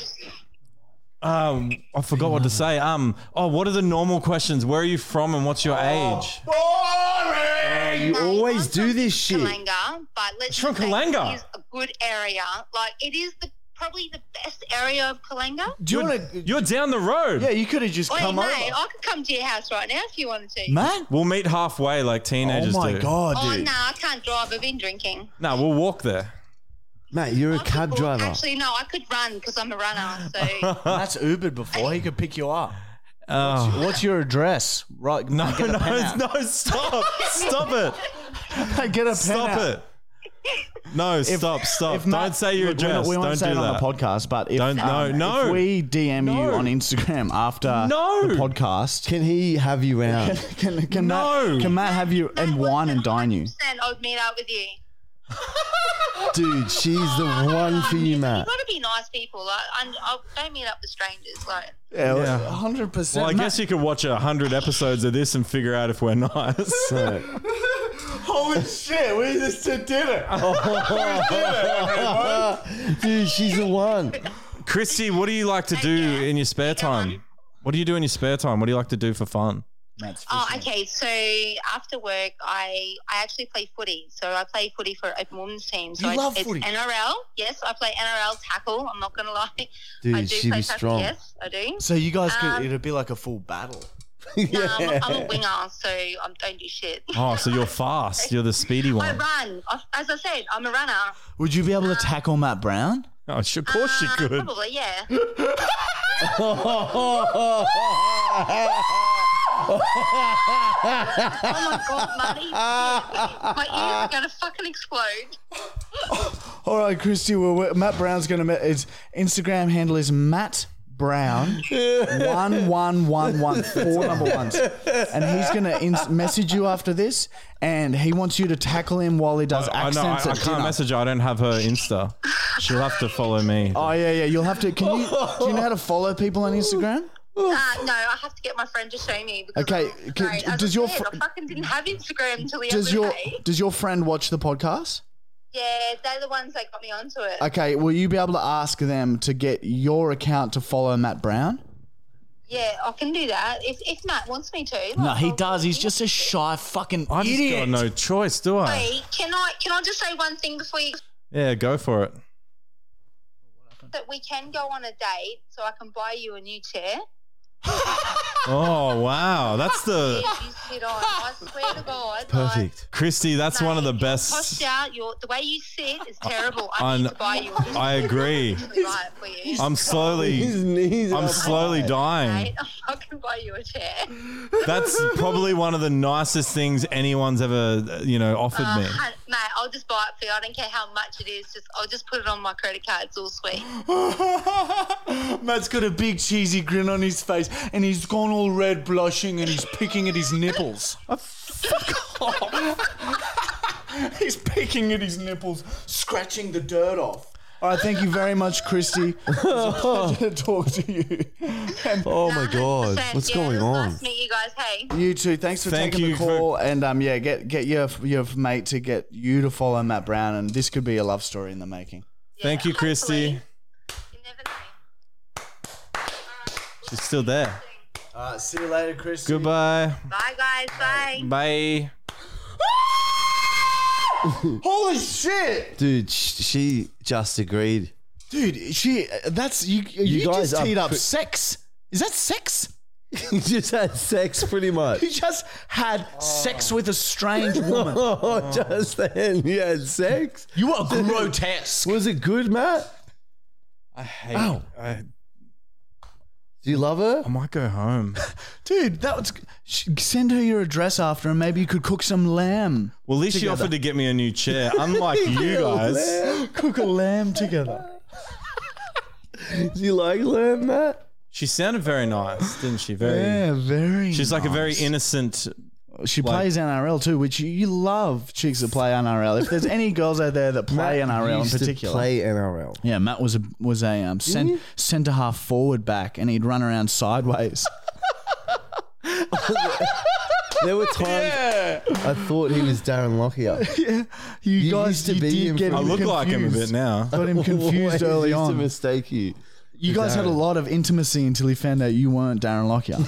S2: um, I forgot what to say. Um, oh, what are the normal questions? Where are you from and what's your
S1: Oh,
S2: age?
S5: Boring!
S3: You
S4: Mate,
S3: always
S4: I'm
S3: do
S4: from
S3: this shit.
S4: Kalanga, but let's
S2: You're
S4: just
S2: from
S4: say
S2: Kalanga?
S4: It is a good area. Like it is the probably the best area of Kalanga.
S1: Do you want to?
S2: You're down the road.
S1: Yeah, you could have just
S4: Wait,
S1: come
S4: mate,
S1: over.
S4: I could come to your house right now if you wanted to.
S1: Matt?
S2: We'll meet halfway like
S1: Oh
S2: teenagers
S1: my
S2: do.
S1: god,
S4: oh
S1: dude.
S4: no, I can't drive. I've been drinking.
S2: No, we'll walk there.
S3: Matt, you're a
S4: I could
S3: cab
S4: walk-
S3: driver.
S4: Actually, no, I could run because I'm a runner. So
S1: Matt's Ubered before. He could pick you up.
S2: Oh.
S1: What's your address? Right.
S2: No,
S1: get a pen
S2: no,
S1: out.
S2: no, stop. Stop it.
S1: Get a pen
S2: Stop
S1: out.
S2: it. No, stop, stop.
S1: If Matt-
S2: Don't say your
S1: look, we won't-
S2: address.
S1: We won't
S2: Don't
S1: say
S2: do
S1: it on
S2: that.
S1: the podcast, but if,
S2: Don't- no,
S1: um,
S2: no.
S1: if we DM you
S2: No.
S1: on Instagram after
S2: No.
S1: the podcast,
S3: Can he have you round?
S1: can, can, can,
S2: No.
S1: Matt, can Matt have you and wine and dine you?
S4: Then I would meet up with you.
S3: Dude, she's the one for you,
S4: You
S3: Matt.
S4: gotta be nice people. Like, I'm, I don't meet up with strangers. Like,
S1: Yeah, hundred percent.
S2: Well, I guess you could watch a hundred episodes of this and figure out if we're nice.
S3: So,
S1: Holy shit, we just did it.
S3: dude, she's the one.
S2: Christy, what do you like to do
S4: Yeah.
S2: in your spare time? What do you do in your spare time? What do you like to do for fun?
S4: oh, okay. So after work, I I actually play footy. So I play footy for open women's team. So
S1: You
S4: I,
S1: love
S4: it's
S1: footy.
S4: NRL. Yes, I play NRL tackle. I'm not gonna lie. I do
S3: Dude, she
S4: play
S3: was
S4: tackle.
S3: strong.
S4: Yes, I do.
S1: So you guys could
S4: Um,
S1: it'd be like a full battle.
S4: No, I'm, a- I'm a winger, so I don't do shit.
S2: Oh, so you're fast. You're the speedy
S4: I
S2: one.
S4: run. I- As I said, I'm a runner.
S1: Would you be able to tackle Matt Brown?
S2: Oh, sh- of course she
S4: Uh,
S2: could.
S4: Probably, yeah. Oh my god, Matty. My ears are gonna fucking explode.
S1: All right, Christy. Well, we're- Matt Brown's gonna. ma- His Instagram handle is Matt Brown one one one one four number ones, and he's gonna ins- message you after this, and he wants you to tackle him while he does
S2: I know. I, I
S1: accents at
S2: can't
S1: dinner.
S2: message her. I don't have her Insta. She'll have to follow me.
S1: Oh yeah, yeah. You'll have to. Can you? Do you know how to follow people on Instagram?
S4: Uh, no, I have to get my friend to show me. Because
S1: Okay,
S4: I'm
S1: can-
S4: afraid. As
S1: does
S4: I
S1: your
S4: said,
S1: fr-
S4: I fucking didn't have Instagram until the
S1: Does
S4: other
S1: your
S4: day.
S1: Does your friend watch the podcast?
S4: Yeah, they're the ones that got me onto it.
S1: Okay, will you be able to ask them to get your account to follow Matt Brown?
S4: Yeah, I can do that if, if Matt wants me to. like, I'll-
S1: a shy fucking
S2: I just got no choice, do I?
S4: Wait, can I can I just say one thing before you?
S2: Yeah, go for it.
S4: That we can go on a date, so I can buy you a new chair.
S2: Oh wow, that's the
S4: You sit on. I swear to God. Like,
S3: Perfect.
S2: Christy. That's one of the
S4: mate, Your
S2: best. Uh,
S4: posture, your the way you sit is terrible. I,
S2: I
S4: need
S2: kn-
S4: to buy you. A new
S2: I agree.
S4: chair. right for you.
S2: I'm slowly.
S3: His knees
S2: I'm
S3: are
S2: slowly dying.
S4: Mate, I can buy you a chair.
S2: That's probably one of the nicest things anyone's ever, uh, you know, offered
S4: Uh,
S2: me.
S4: hun- mate, I'll just buy it for you. I don't care how much it is. Just I'll just put it on my credit card. It's all sweet.
S2: Oh
S1: Matt's got a big cheesy grin on his face and he's gone all red, blushing, and he's picking at his nipples. he's picking at his nipples, scratching the dirt off. All right, thank you very much, Christy. It was a pleasure to talk to you. And
S3: Oh my god,
S4: 100%,
S3: what's
S4: yeah,
S3: going
S4: it was
S3: on?
S4: Nice to meet you guys. Hey.
S1: you too. Thanks for
S2: Thank
S1: taking
S2: you
S1: the
S2: for-
S1: call. and um, yeah, get get your your mate to get you to follow Matt Brown, and this could be a love story in the making.
S4: Yeah,
S2: Thank you, Christy.
S4: hopefully. You never know.
S2: She's still there.
S1: All right, see you later, Christy.
S2: Goodbye.
S4: Bye, guys. Bye.
S2: Bye.
S1: Holy shit!
S3: Dude, sh- she just agreed
S1: Dude, she. That's you. You,
S3: guys
S1: just
S3: are
S1: teed up
S3: pre-
S1: sex. Is that sex?
S3: You just had sex pretty much.
S1: You just had sex with a strange woman.
S3: Oh, just then you had sex.
S1: You are grotesque.
S3: Was it good, Matt?
S2: I hate.
S1: Ow.
S2: I,
S3: Do you love her?
S2: I
S1: Um,
S2: might go home.
S1: Dude, that was. sh- Send her your address after, and maybe you could cook some lamb.
S2: Well, at least she offered to get me a new chair, unlike you guys.
S1: cook a lamb together.
S3: Do you like lamb, Matt?
S2: She sounded very nice, didn't she? Very.
S1: Yeah, very.
S2: She's like a very innocent.
S1: She
S2: like-
S1: plays NRL too, which you, you love chicks that play NRL. If there's any girls out there that play NRL in
S3: used to
S1: particular,
S3: play NRL.
S1: yeah, Matt was a was a um, cent, centre half forward back, and he'd run around sideways.
S3: There were times I thought he was Darren Lockyer.
S1: You,
S3: You
S1: guys
S3: used to
S1: you
S3: be
S1: did
S3: him
S1: get
S3: from-
S2: I
S1: him
S2: look like him a bit
S1: confused.
S2: now.
S1: Got him confused
S3: Always
S1: early
S3: used to
S1: on.
S3: mistake you.
S1: You guys had a lot of intimacy until he found out you weren't Darren Lockyer.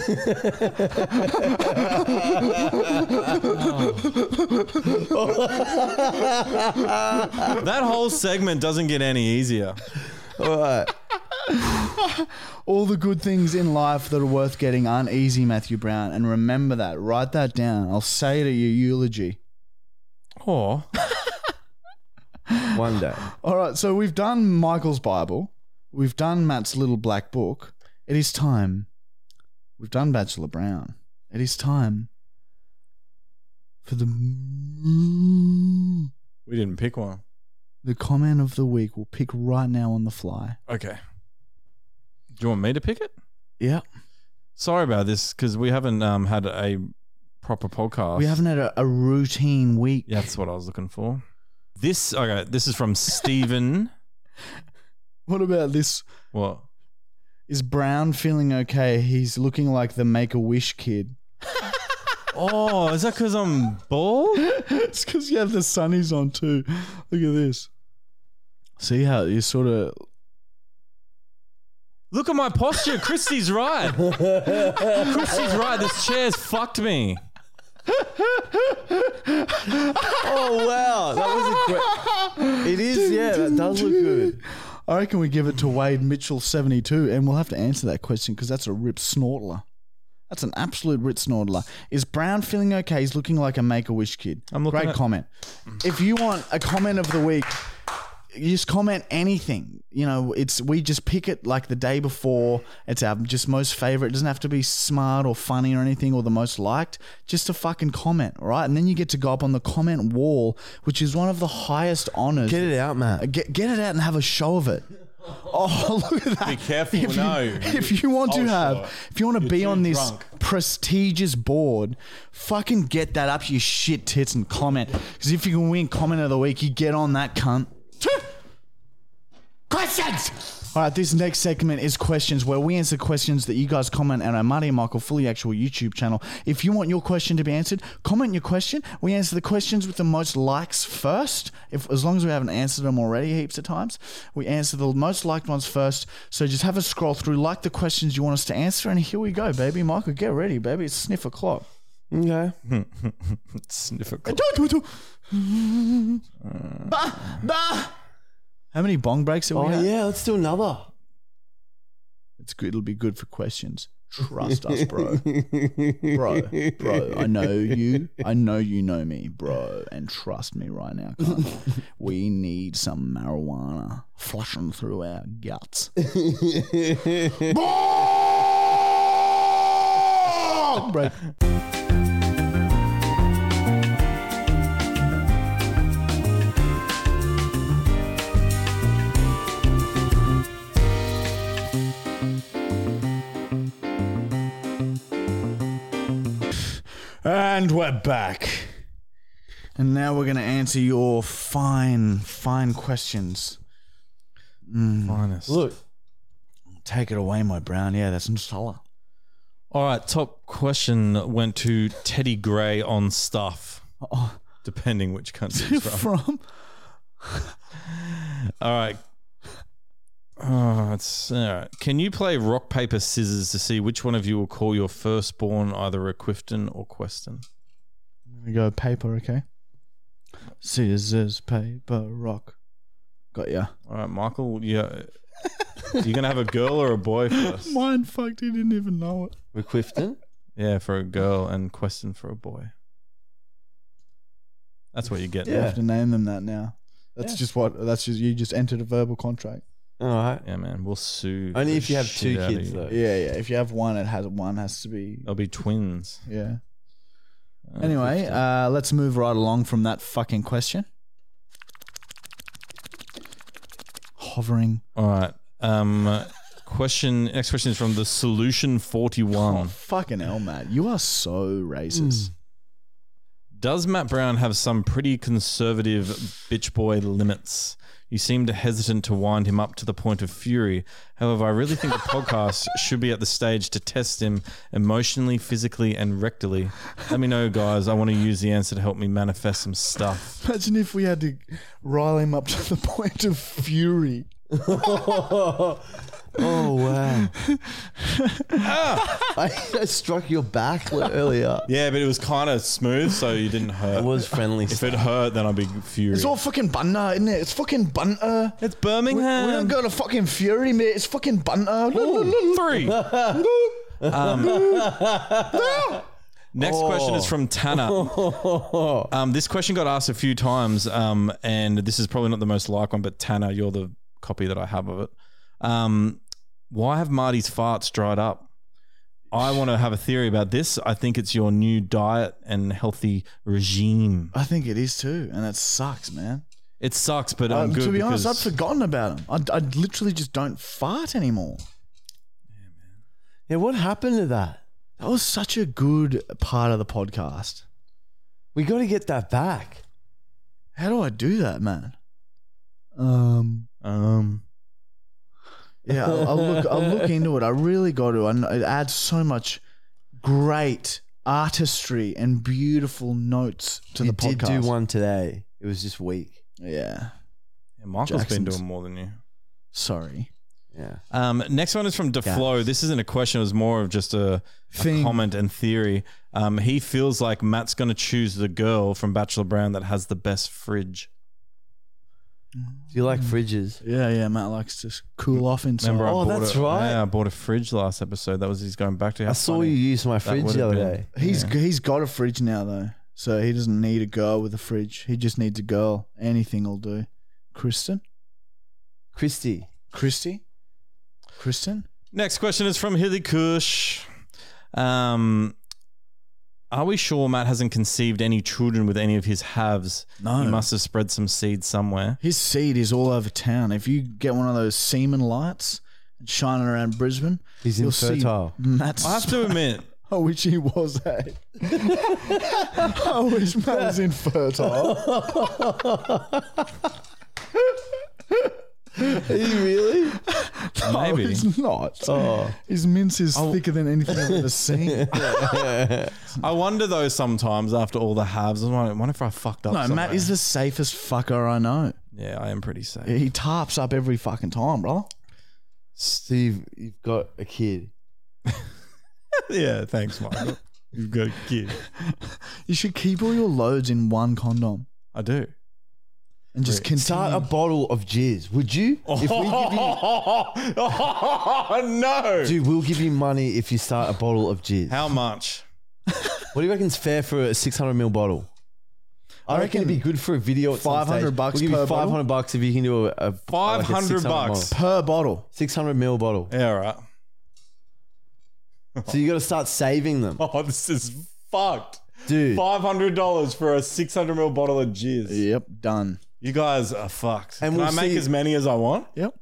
S2: That whole segment doesn't get any easier.
S3: All right.
S1: All the good things in life that are worth getting aren't easy, Matthew Brown. And remember that. Write that down. I'll say it at your eulogy.
S2: Or
S3: One day.
S1: All right, so we've done Michael's Bible. We've done Matt's little black book. It is time. We've done Bachelor Brown. It is time for the
S2: we didn't pick one.
S1: the comment of the week. We'll pick right now on the fly.
S2: Okay. Do you want me to pick it?
S1: Yeah,
S2: Sorry about this because we haven't um, had a proper podcast.
S1: we haven't had a, a routine week.
S2: Yeah, that's what I was looking for. This okay. This is from Stephen.
S1: What about this?
S2: what?
S1: Is Brown feeling okay? He's looking like the Make a Wish kid.
S2: Oh, is that because I'm bald?
S1: it's because you have the sunnies on too. Look at this. See how you sort of
S2: Look at my posture. Christy's right. Christy's right. This chair's fucked me.
S3: Oh wow, that was a great. It is, yeah. That does look good.
S1: I reckon we give it to Wade Mitchell 72, and we'll have to answer that question because that's a rip snortler. That's an absolute rip snortler. Is Brown feeling okay? He's looking like a make a wish kid.
S2: I'm looking
S1: Great
S2: at-
S1: comment. If you want a comment of the week, you just comment anything. You know, it's we just pick it like the day before. It's our just most favorite. It doesn't have to be smart or funny or anything or the most liked. Just a fucking comment, all right? And then you get to go up on the comment wall, which is one of the highest honors.
S3: Get it out, Matt.
S1: Get, get it out and have a show of it. Oh, look at that!
S2: Be careful,
S1: If you,
S2: no.
S1: if you want to
S2: I'll
S1: have,
S2: show it.
S1: if you want to
S2: You're
S1: be
S2: too
S1: on this
S2: drunk.
S1: prestigious board, fucking get that up your shit tits and comment. Because if you can win comment of the week, you get on that cunt. questions. All right, this next segment is questions, where we answer questions that you guys comment on our Marty and Michael fully actual YouTube channel. If you want your question to be answered, comment your question. We answer the questions with the most likes first, if as long as we haven't answered them already heaps of times. We answer the most liked ones first. So just have a scroll through, like the questions you want us to answer, and here we go, baby. Michael, get ready, baby. It's sniff o'clock.
S3: Okay.
S2: Sniff a cough.
S1: How many bong breaks have we
S3: Oh
S1: had?
S3: yeah, let's do another.
S1: It's good. It'll be good for questions. Trust us, bro. bro, bro. I know you. I know you know me, bro. And trust me right now. cunt. we need some marijuana flushing through our guts. bro. And we're back. And now we're going to answer your fine, fine questions.
S2: Finest.
S3: Look,
S1: Take it away, my brown. Yeah, that's Nsala.
S2: All right. Top question went to Teddy Gray on stuff. Depending which country it's from.
S1: From
S2: All right. Oh, it's all right. Can you play rock paper scissors to see which one of you will call your firstborn either a Quifton or Queston?
S1: We go paper, okay? Scissors, paper, rock. Got ya.
S2: All right, Michael, yeah. You're gonna have a girl or a boy first?
S1: Mine fucked. He didn't even know it.
S3: McQuifton?
S2: Yeah, for a girl and question for a boy. That's what you get.
S1: You
S2: Yeah,
S3: Yeah.
S1: have to name them that now. That's
S2: Yeah.
S1: just what. That's just you just entered a verbal contract.
S3: All right.
S2: yeah man. We'll sue.
S3: Only
S2: the
S3: if you have two
S2: shit out of
S3: kids,
S2: you.
S3: though.
S1: Yeah, yeah. If you have one, it has one has to be.
S2: They'll be twins.
S1: Yeah.
S2: Uh,
S1: Anyway, uh, let's move right along from that fucking question. Hovering.
S2: all right. Um, question. Next question is from the solution forty
S1: Oh,
S2: one.
S1: fucking hell, Matt. You are so racist.
S2: Does Matt Brown have some pretty conservative bitch boy limits? You seemed hesitant to wind him up to the point of fury. However, I really think the podcast should be at the stage to test him emotionally, physically, and rectally. Let me know, guys. I want to use the answer to help me manifest some stuff.
S1: Imagine if we had to rile him up to the point of fury.
S3: oh, wow. I, I struck your back earlier.
S2: Yeah, but it was kind of smooth, so you didn't
S3: It
S2: hurt.
S3: was friendly.
S2: If it hurt, then I'd be furious.
S1: It's all fucking bunter, isn't it? It's fucking bunter.
S2: It's
S1: We, we
S2: Birmingham.
S1: don't go to fucking fury, mate. It's fucking bunter.
S2: Three. Um, next question
S1: Oh.
S2: is from Tanner. Um, this question got asked a few times, um, and this is probably not the most like one, but Tanner, you're the copy that I have of it. Um, why have Marty's farts dried up? I want to have a theory about this. I think it's your new diet and healthy regime.
S1: I think it is too, and that sucks, man.
S2: It sucks, but
S1: Um,
S2: I'm good
S1: to be honest, I'd
S2: because
S1: forgotten about him. I, I literally just don't fart anymore.
S3: yeah, what happened to that?
S1: That was such a good part of the podcast.
S3: We got to get that back.
S1: How do I do that, man? Um,
S2: um,
S1: yeah, I'll, I'll look. I'll look into it. I really got to. I kn- it adds so much great artistry and beautiful notes to
S3: you
S1: the podcast.
S3: did do one today. It was just weak.
S1: Yeah,
S2: yeah, Michael's been
S1: Jackson's.
S2: doing more than you.
S1: sorry.
S3: Yeah.
S2: Um, next one is from DeFlo. This isn't a question; it was more of just a, a
S1: Thing.
S2: comment and theory. Um, he feels like Matt's going to choose the girl from Bachelor Brown that has the best fridge.
S3: Do you like fridges?
S1: Yeah, yeah. Matt likes to s- cool off inside.
S2: Remember, I
S3: Oh,
S2: bought
S3: that's
S2: a,
S3: right.
S2: Yeah, I bought a fridge last episode. That was he's going back to. How
S3: I saw
S2: funny.
S3: you use my
S2: that
S3: fridge
S2: would've
S3: the other
S2: been.
S3: day.
S1: He's he's got a fridge now though, so he doesn't need a girl with a fridge. He just needs a girl. Anything will do. Kristen,
S3: Christy.
S1: Christy, Kristen.
S2: Next question is from Hilly Kush. Um, are we sure Matt hasn't conceived any children with any of his halves?
S1: No.
S2: He must have spread some seed somewhere.
S1: His seed is all over town. If you get one of those semen lights and shine it around Brisbane,
S3: He's
S1: you'll
S3: infertile.
S1: see Matt's.
S2: I have to admit.
S1: I wish he was that. I wish Matt was infertile.
S3: Are you really?
S1: No,
S2: Maybe.
S1: he's not.
S3: Oh.
S1: His mince is thicker than anything I've ever seen.
S2: I wonder though sometimes after all the halves, I wonder- I wonder if I fucked up.
S1: No, Matt
S2: somewhere.
S1: is the safest fucker I know.
S2: Yeah, I am pretty safe.
S1: He tarps up every fucking time, brother.
S3: Steve, you've got a kid.
S2: yeah, thanks, Michael. You've got a kid.
S1: You should keep all your loads in one condom
S2: I do.
S1: and just continue.
S3: Start a bottle of jizz, would you? If we give you,
S2: no.
S3: dude, we'll give you money if you start a bottle of jizz.
S2: How much?
S3: What do you reckon's fair for a 600 mil bottle? I, reckon, it'd be good for a video. At some
S1: 500
S3: stage.
S1: bucks
S3: We'll give you
S1: per
S3: 500
S1: bottle?
S3: bucks if you can do a, a like a
S2: 500
S3: 600
S2: bucks.
S3: model.
S1: per bottle.
S3: 600 mil bottle.
S2: Yeah, all right.
S3: So you got to start saving them,
S2: Oh, this is fucked.
S3: dude.
S2: Five hundred dollars for a six hundred ml bottle of jizz.
S1: Yep, done.
S2: You guys are fucked.
S3: And
S2: Can
S3: we'll
S2: I make
S3: see-
S2: as many as I want?
S1: Yep.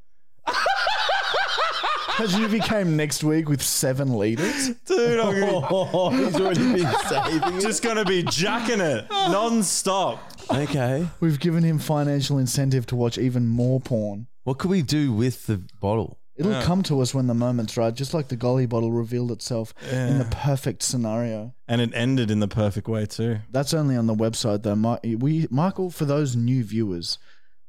S1: Imagine if he came next week with seven liters.
S2: Dude, I'm gonna
S3: Oh, he's already been saving.
S2: be
S3: it.
S2: just gonna be jacking it non-stop.
S3: Okay,
S1: We've given him financial incentive to watch even more porn.
S3: what could we do with the bottle?
S1: It'll come to us when the moment's right, just like the golly bottle revealed itself in the perfect scenario.
S2: And it ended in the perfect way too.
S1: That's only on the website though. Mi- We Michael, for those new viewers,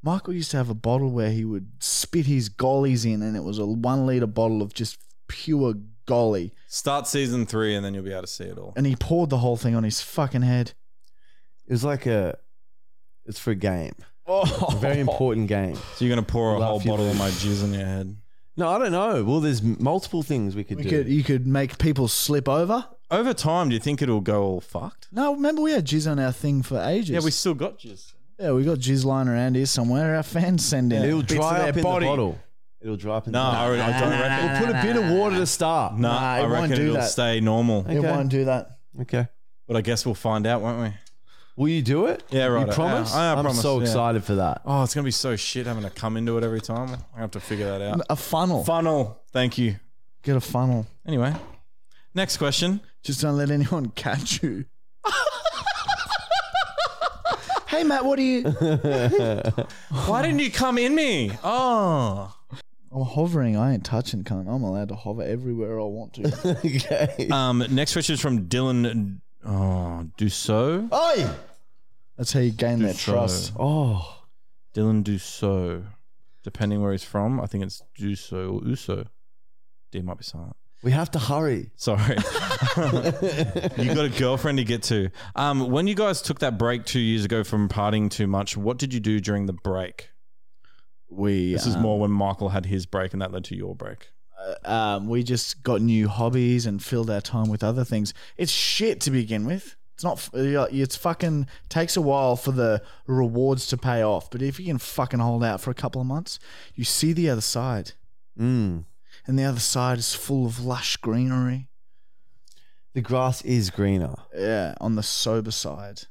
S1: Michael used to have a bottle where he would spit his gollies in, and it was a one liter bottle of just pure golly,
S2: Start season three, and then you'll be able to see it all.
S1: and he poured the whole thing on his fucking head.
S3: It was like a, it's for a game.
S2: Oh.
S3: Very important game.
S2: So you're gonna pour a
S3: Love
S2: whole
S3: you,
S2: bottle of my jizz in your head
S3: No, I don't know. Well, there's m- multiple things we could
S1: You
S3: do.
S1: could, you could make people slip over.
S2: over time. Do you think it'll go all fucked?
S1: No, remember we had jizz on our thing for ages.
S2: Yeah, we still got jizz.
S1: yeah, we got jizz lying around here somewhere. Our fans send in.
S3: It'll
S1: bits of
S3: dry
S1: their
S3: up in
S1: body.
S3: the bottle. It'll dry up in
S2: No,
S3: the
S2: I,
S3: bottle.
S2: re- I don't reckon.
S3: We'll put a bit of water to start.
S2: No,
S1: Nah, it
S2: I
S1: won't
S2: reckon
S1: do
S2: it'll
S1: that.
S2: stay normal.
S1: It won't do that.
S3: Okay.
S2: But I guess we'll find out, won't we?
S3: Will you do it?
S2: Yeah, right.
S3: You promise?
S2: Yeah, I
S3: am
S2: promise,
S3: so
S2: yeah.
S3: excited for that.
S2: Oh, it's gonna be so shit having to come into it every time. I have to figure that out.
S1: A funnel.
S2: Funnel. Thank you.
S1: Get a funnel.
S2: Anyway, next question.
S1: Just don't let anyone catch you. hey Matt, what are you?
S2: Why didn't you come in me? Oh.
S1: I'm hovering. I ain't touching, cunt. I'm allowed to hover everywhere I want to.
S3: okay.
S2: Um. Next question is from Dylan. Oh, Dussault.
S3: Oi!
S1: That's how you gain their
S2: Dussault.
S1: trust.
S3: Oh.
S2: Dylan Dussault. Depending where he's from, I think it's Dussault or Uso. D might be silent.
S3: We have to hurry.
S2: Sorry. you got a girlfriend to get to. Um, when you guys took that break two years ago from partying too much, what did you do during the break?
S1: We
S2: This is more when Michael had his break and that led to your break.
S1: um, we just got new hobbies and filled our time with other things. It's shit to begin with. It's not. It's fucking takes a while for the rewards to pay off. But if you can fucking hold out for a couple of months, you see the other side,
S3: Mm.
S1: and the other side is full of lush greenery.
S3: The grass is greener.
S1: Yeah, on the sober side.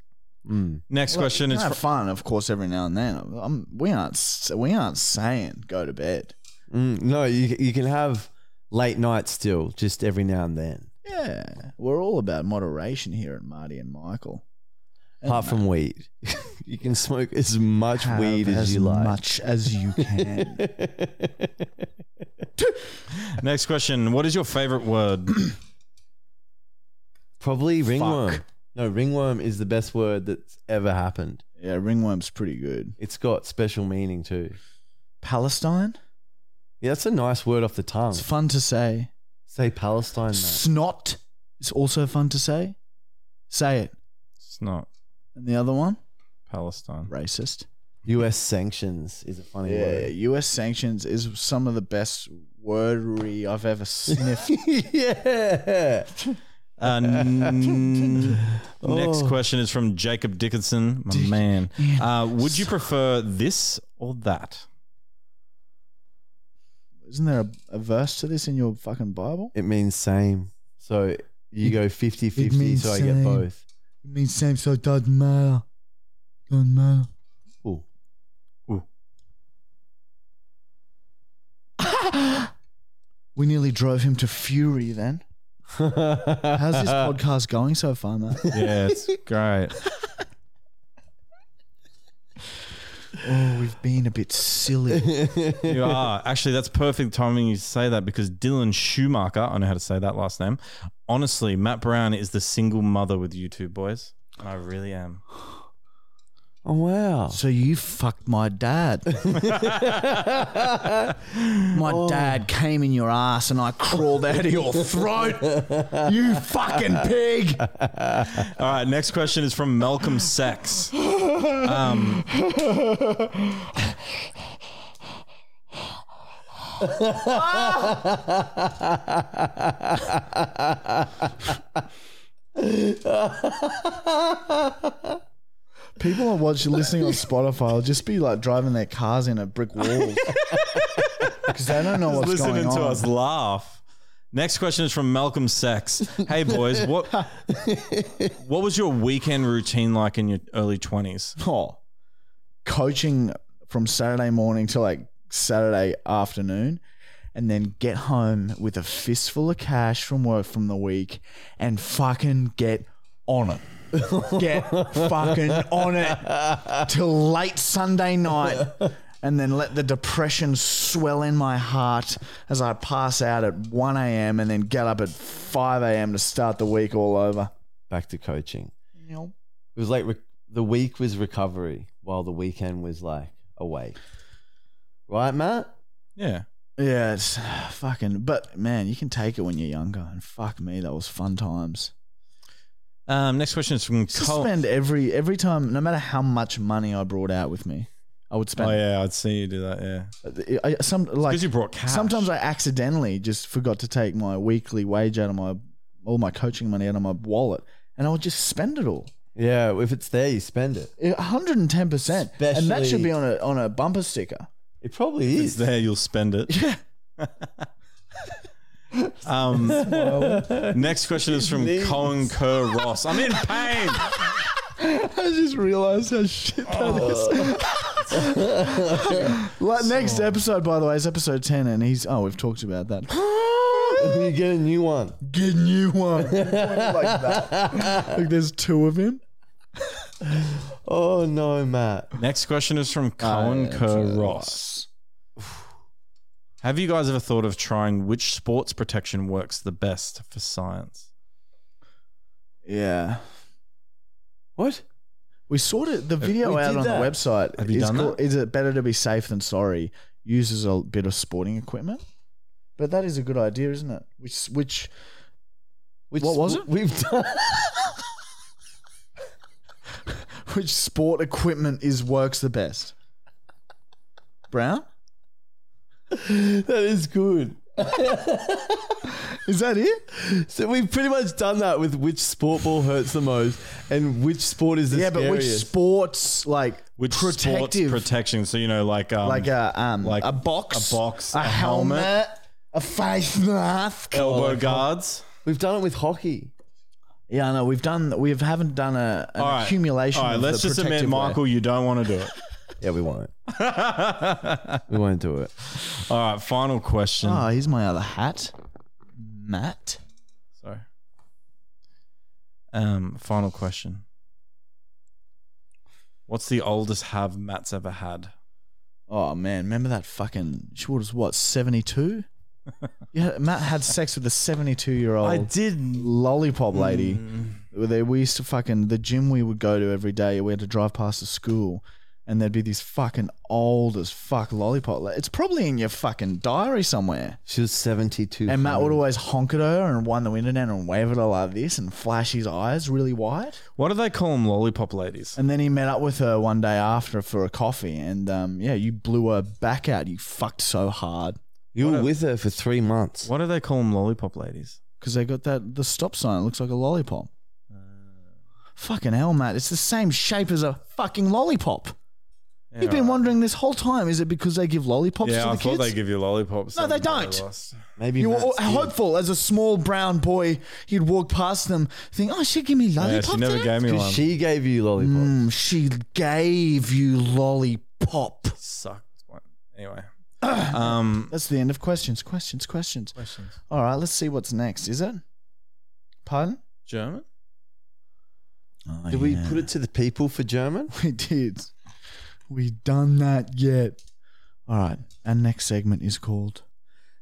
S3: Mm.
S2: Next
S1: Look,
S2: question
S1: you
S2: is
S1: can
S2: fr-
S1: have fun, of course, every now and then. I'm, we aren't. s- We aren't saying go to bed.
S3: Mm. No, you, you can have late nights still, just every now and then.
S1: Yeah, we're all about moderation here at Marty and Michael. And
S3: Apart from weed. you can smoke as much
S1: Have
S3: weed as,
S1: as
S3: you like.
S1: much as you can.
S2: next question. What is your favorite word?
S3: Probably ringworm. No, ringworm is the best word that's ever happened.
S1: yeah, ringworm's pretty good.
S3: It's got special meaning too.
S1: Palestine.
S3: Yeah, that's a nice word off the tongue.
S1: It's fun to say.
S3: Say Palestine, mate.
S1: Snot is also fun to say. Say it.
S2: it's not
S1: And the other one,
S2: Palestine.
S1: racist.
S3: US sanctions is a funny
S1: Yeah,
S3: word.
S1: U.S. sanctions is some of the best wordery I've ever sniffed.
S3: yeah.
S2: Uh, n- Next question is from Jacob Dickinson, my man. Uh, would you prefer this or that?
S1: Isn't there a, a verse to this in your fucking Bible?
S3: It means same. So you go 50
S1: It
S3: 50,
S1: means
S3: so I get
S1: same.
S3: both.
S1: It means same, so it doesn't matter. Doesn't matter.
S3: Ooh.
S1: We nearly drove him to fury then. How's this podcast going so far, Matt?
S2: Yeah, it's great.
S1: Oh, we've been a bit silly.
S2: You are. Actually, that's perfect timing you say that because Dylan Schumacher, I know how to say that last name. Honestly, Matt Brown is the single mother with you two boys. And I really am.
S3: Oh, wow.
S1: so you fucked my dad. my dad came in your ass and I crawled out of your throat. you fucking pig.
S2: All right, next question is from Malcolm Sex.
S1: People are watching, listening on Spotify will just be like driving their cars in a brick wall because they don't know what's
S2: Listening
S1: going on.
S2: to us laugh. Next question is from Malcolm Sex. Hey boys, what what was your weekend routine like in your early twenties?
S1: Oh, coaching from Saturday morning to like Saturday afternoon, and then get home with a fistful of cash from work from the week and fucking get on it. Get fucking on it till late Sunday night. And then let the depression swell in my heart as I pass out at 1 a.m. and then get up at 5 a.m. to start the week all over.
S3: Back to coaching. It was like re- the week was recovery while the weekend was like away. Right, Matt?
S2: Yeah.
S1: Yeah, it's fucking. But man, you can take it when you're younger. And fuck me, that was fun times.
S2: Um, next question is from
S1: To
S2: Col-
S1: spend every every time, no matter how much money I brought out with me, I would spend.
S2: Oh yeah, I'd seen you do that. Oh, Yeah,
S1: I, some like
S2: because you brought cash.
S1: sometimes I accidentally just forgot to take my weekly wage out of my all my coaching money out of my wallet, and I would just spend it all.
S3: Yeah, if it's there, you spend it.
S1: One hundred and ten percent, and that should
S3: Especially-
S1: be on a on a bumper sticker.
S3: It probably
S2: it's
S3: is.
S2: there, you'll spend it.
S1: Yeah.
S2: Um, next question is from Cohen Kerr Ross. I'm in pain.
S1: I just realized how shit that
S3: Oh.
S1: is. like next episode, by the way, is episode ten, and he's oh, we've talked about that.
S3: you get a new one.
S1: Get a new one, like that. Like there's two of him.
S3: Oh no, Matt.
S2: Next question is from
S3: Uh,
S2: Cohen Kerr Ross. Have you guys ever thought of trying which sports protection works the best for science?
S1: Yeah.
S3: What?
S1: We sort of the video
S3: We
S1: out
S3: did
S1: on
S3: that.
S1: the website.
S2: Have you
S1: is
S2: done that?
S1: Is it better to be safe than sorry? Uses a bit of sporting equipment, but that is a good idea, isn't it? Which which
S3: Which
S1: What was
S3: sp-
S1: it?
S3: We've done.
S1: which sport equipment is works the best? Brown,
S3: that is good.
S1: is that it?
S3: So we've pretty much done that with which sport ball hurts the most and which sport is the
S1: yeah, but which
S3: scariest.
S1: sports like
S2: Which
S1: protective,
S2: sports protection? So you know, like um,
S1: like a um,
S2: like
S1: a box,
S2: a box,
S1: a,
S2: a
S1: helmet,
S2: helmet.
S1: a face mask.
S2: elbow guards.
S3: We've done it with hockey.
S1: Yeah, no, we've done we have haven't done a an
S2: All right.
S1: accumulation.
S2: All right,
S1: of
S2: let's
S1: the
S2: just admit,
S1: protective wear.
S2: Michael, you don't want to do it.
S3: Yeah, we won't. we won't do it.
S2: All right, final question.
S1: Oh, here's my other hat, Matt.
S2: Sorry. Um, final question. What's the oldest have Matt's ever had?
S1: Oh man, remember that fucking she was what seventy two. Yeah, Matt had sex with a
S2: I
S1: seventy-two-year-old
S2: did.
S1: lollipop lady. Where they- We used to fucking the gym we would go to every day. We had to drive past the school, and there'd be these fucking old as fuck lollipop. la- It's probably in your fucking diary somewhere.
S3: She was 72.
S1: And Matt would always honk at her and wind the window down and wave at her like this and flash his eyes really wide.
S2: What do they call them? Lollipop ladies.
S1: And then he met up with her one day after for a coffee, and um, yeah, you blew her back out. You fucked so hard
S3: You were with her for three months.
S2: What do they call them? Lollipop ladies.
S1: because they got that the stop sign. It looks like a lollipop. Fucking hell, Matt! It's the same shape as a fucking lollipop. You've been wondering this whole time. Is it because they give lollipops
S2: Yeah,
S1: to the
S2: I thought
S1: kids?
S2: they give you lollipops.
S1: No, they
S2: and
S1: don't.
S2: lost.
S3: Maybe
S1: you were
S3: Matt's did.
S1: hopeful as a small brown boy. You'd walk past them, think, "Oh, she give me
S2: Yeah,
S1: lollipops."
S2: she never
S1: today?"
S2: gave me
S3: 'Cause
S2: one.
S3: she gave you lollipop.
S1: Mm, she gave you lollipop.
S2: sucked one. Anyway. um,
S1: That's the end of questions. Questions. Questions.
S2: questions.
S1: All right, let's see what's next. Is it? Pardon?
S2: German.
S1: Oh,
S3: Did we put it to the people for German?
S1: We did. We done that yet? All right. Our next segment is called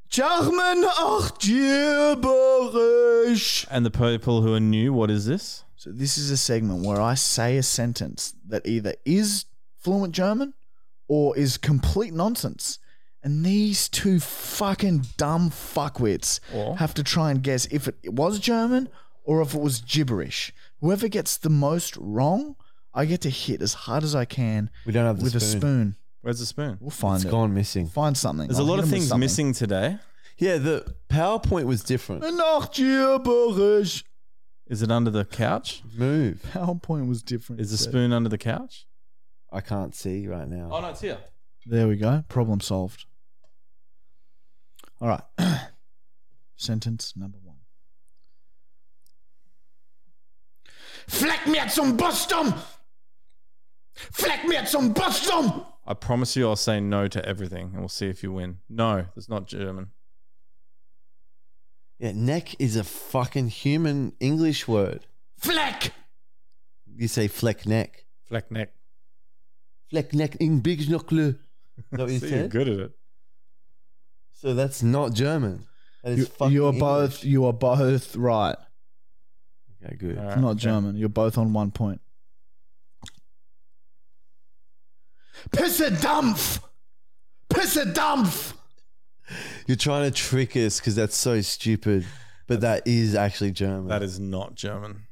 S1: German och gibberish.
S2: And the people who are new, what is this?
S1: So this is a segment where I say a sentence that either is fluent German or is complete nonsense. And these two fucking dumb fuckwits
S2: Or-
S1: have to try and guess if it was German or if it was gibberish. Whoever gets the most wrong, I get to hit as hard as I can
S3: We don't have the
S1: with a spoon.
S2: Where's the spoon?
S1: We'll find
S3: It's
S1: it.
S3: gone missing.
S1: Find something.
S2: There's a
S1: I'll
S2: lot
S1: Oh, hit
S2: of
S1: 'em with
S2: things
S1: something.
S2: missing today.
S3: Yeah, the PowerPoint was different.
S1: Enough gibberish.
S2: Is it under the couch?
S3: Move.
S1: PowerPoint was different.
S2: Is the
S1: So-
S2: spoon under the couch?
S3: I can't see right now.
S2: Oh, no, it's here.
S1: There we go. Problem solved. All right. Sentence number one.
S5: Fleck mir zum Bostum! Fleck mir zum Bostum!
S2: I promise you, I'll say no to everything, and we'll see if you win. No, that's not German.
S3: Yeah, neck is a fucking human English word.
S5: Fleck!
S3: You say fleck neck.
S2: Fleck neck.
S3: Fleck neck in big knuckle. Is that what you
S2: See, you're
S3: said?
S2: good at it.
S3: So that's not German. That is
S1: You,
S3: fucking
S1: you are
S3: English.
S1: both. You are both right.
S3: Okay, good.
S2: All right,
S1: Not
S2: okay.
S1: German. You're both on one point.
S5: Pisse Dampf! Pisse Dampf!
S3: You're trying to trick us because that's so stupid, but that is actually German.
S2: That is not German.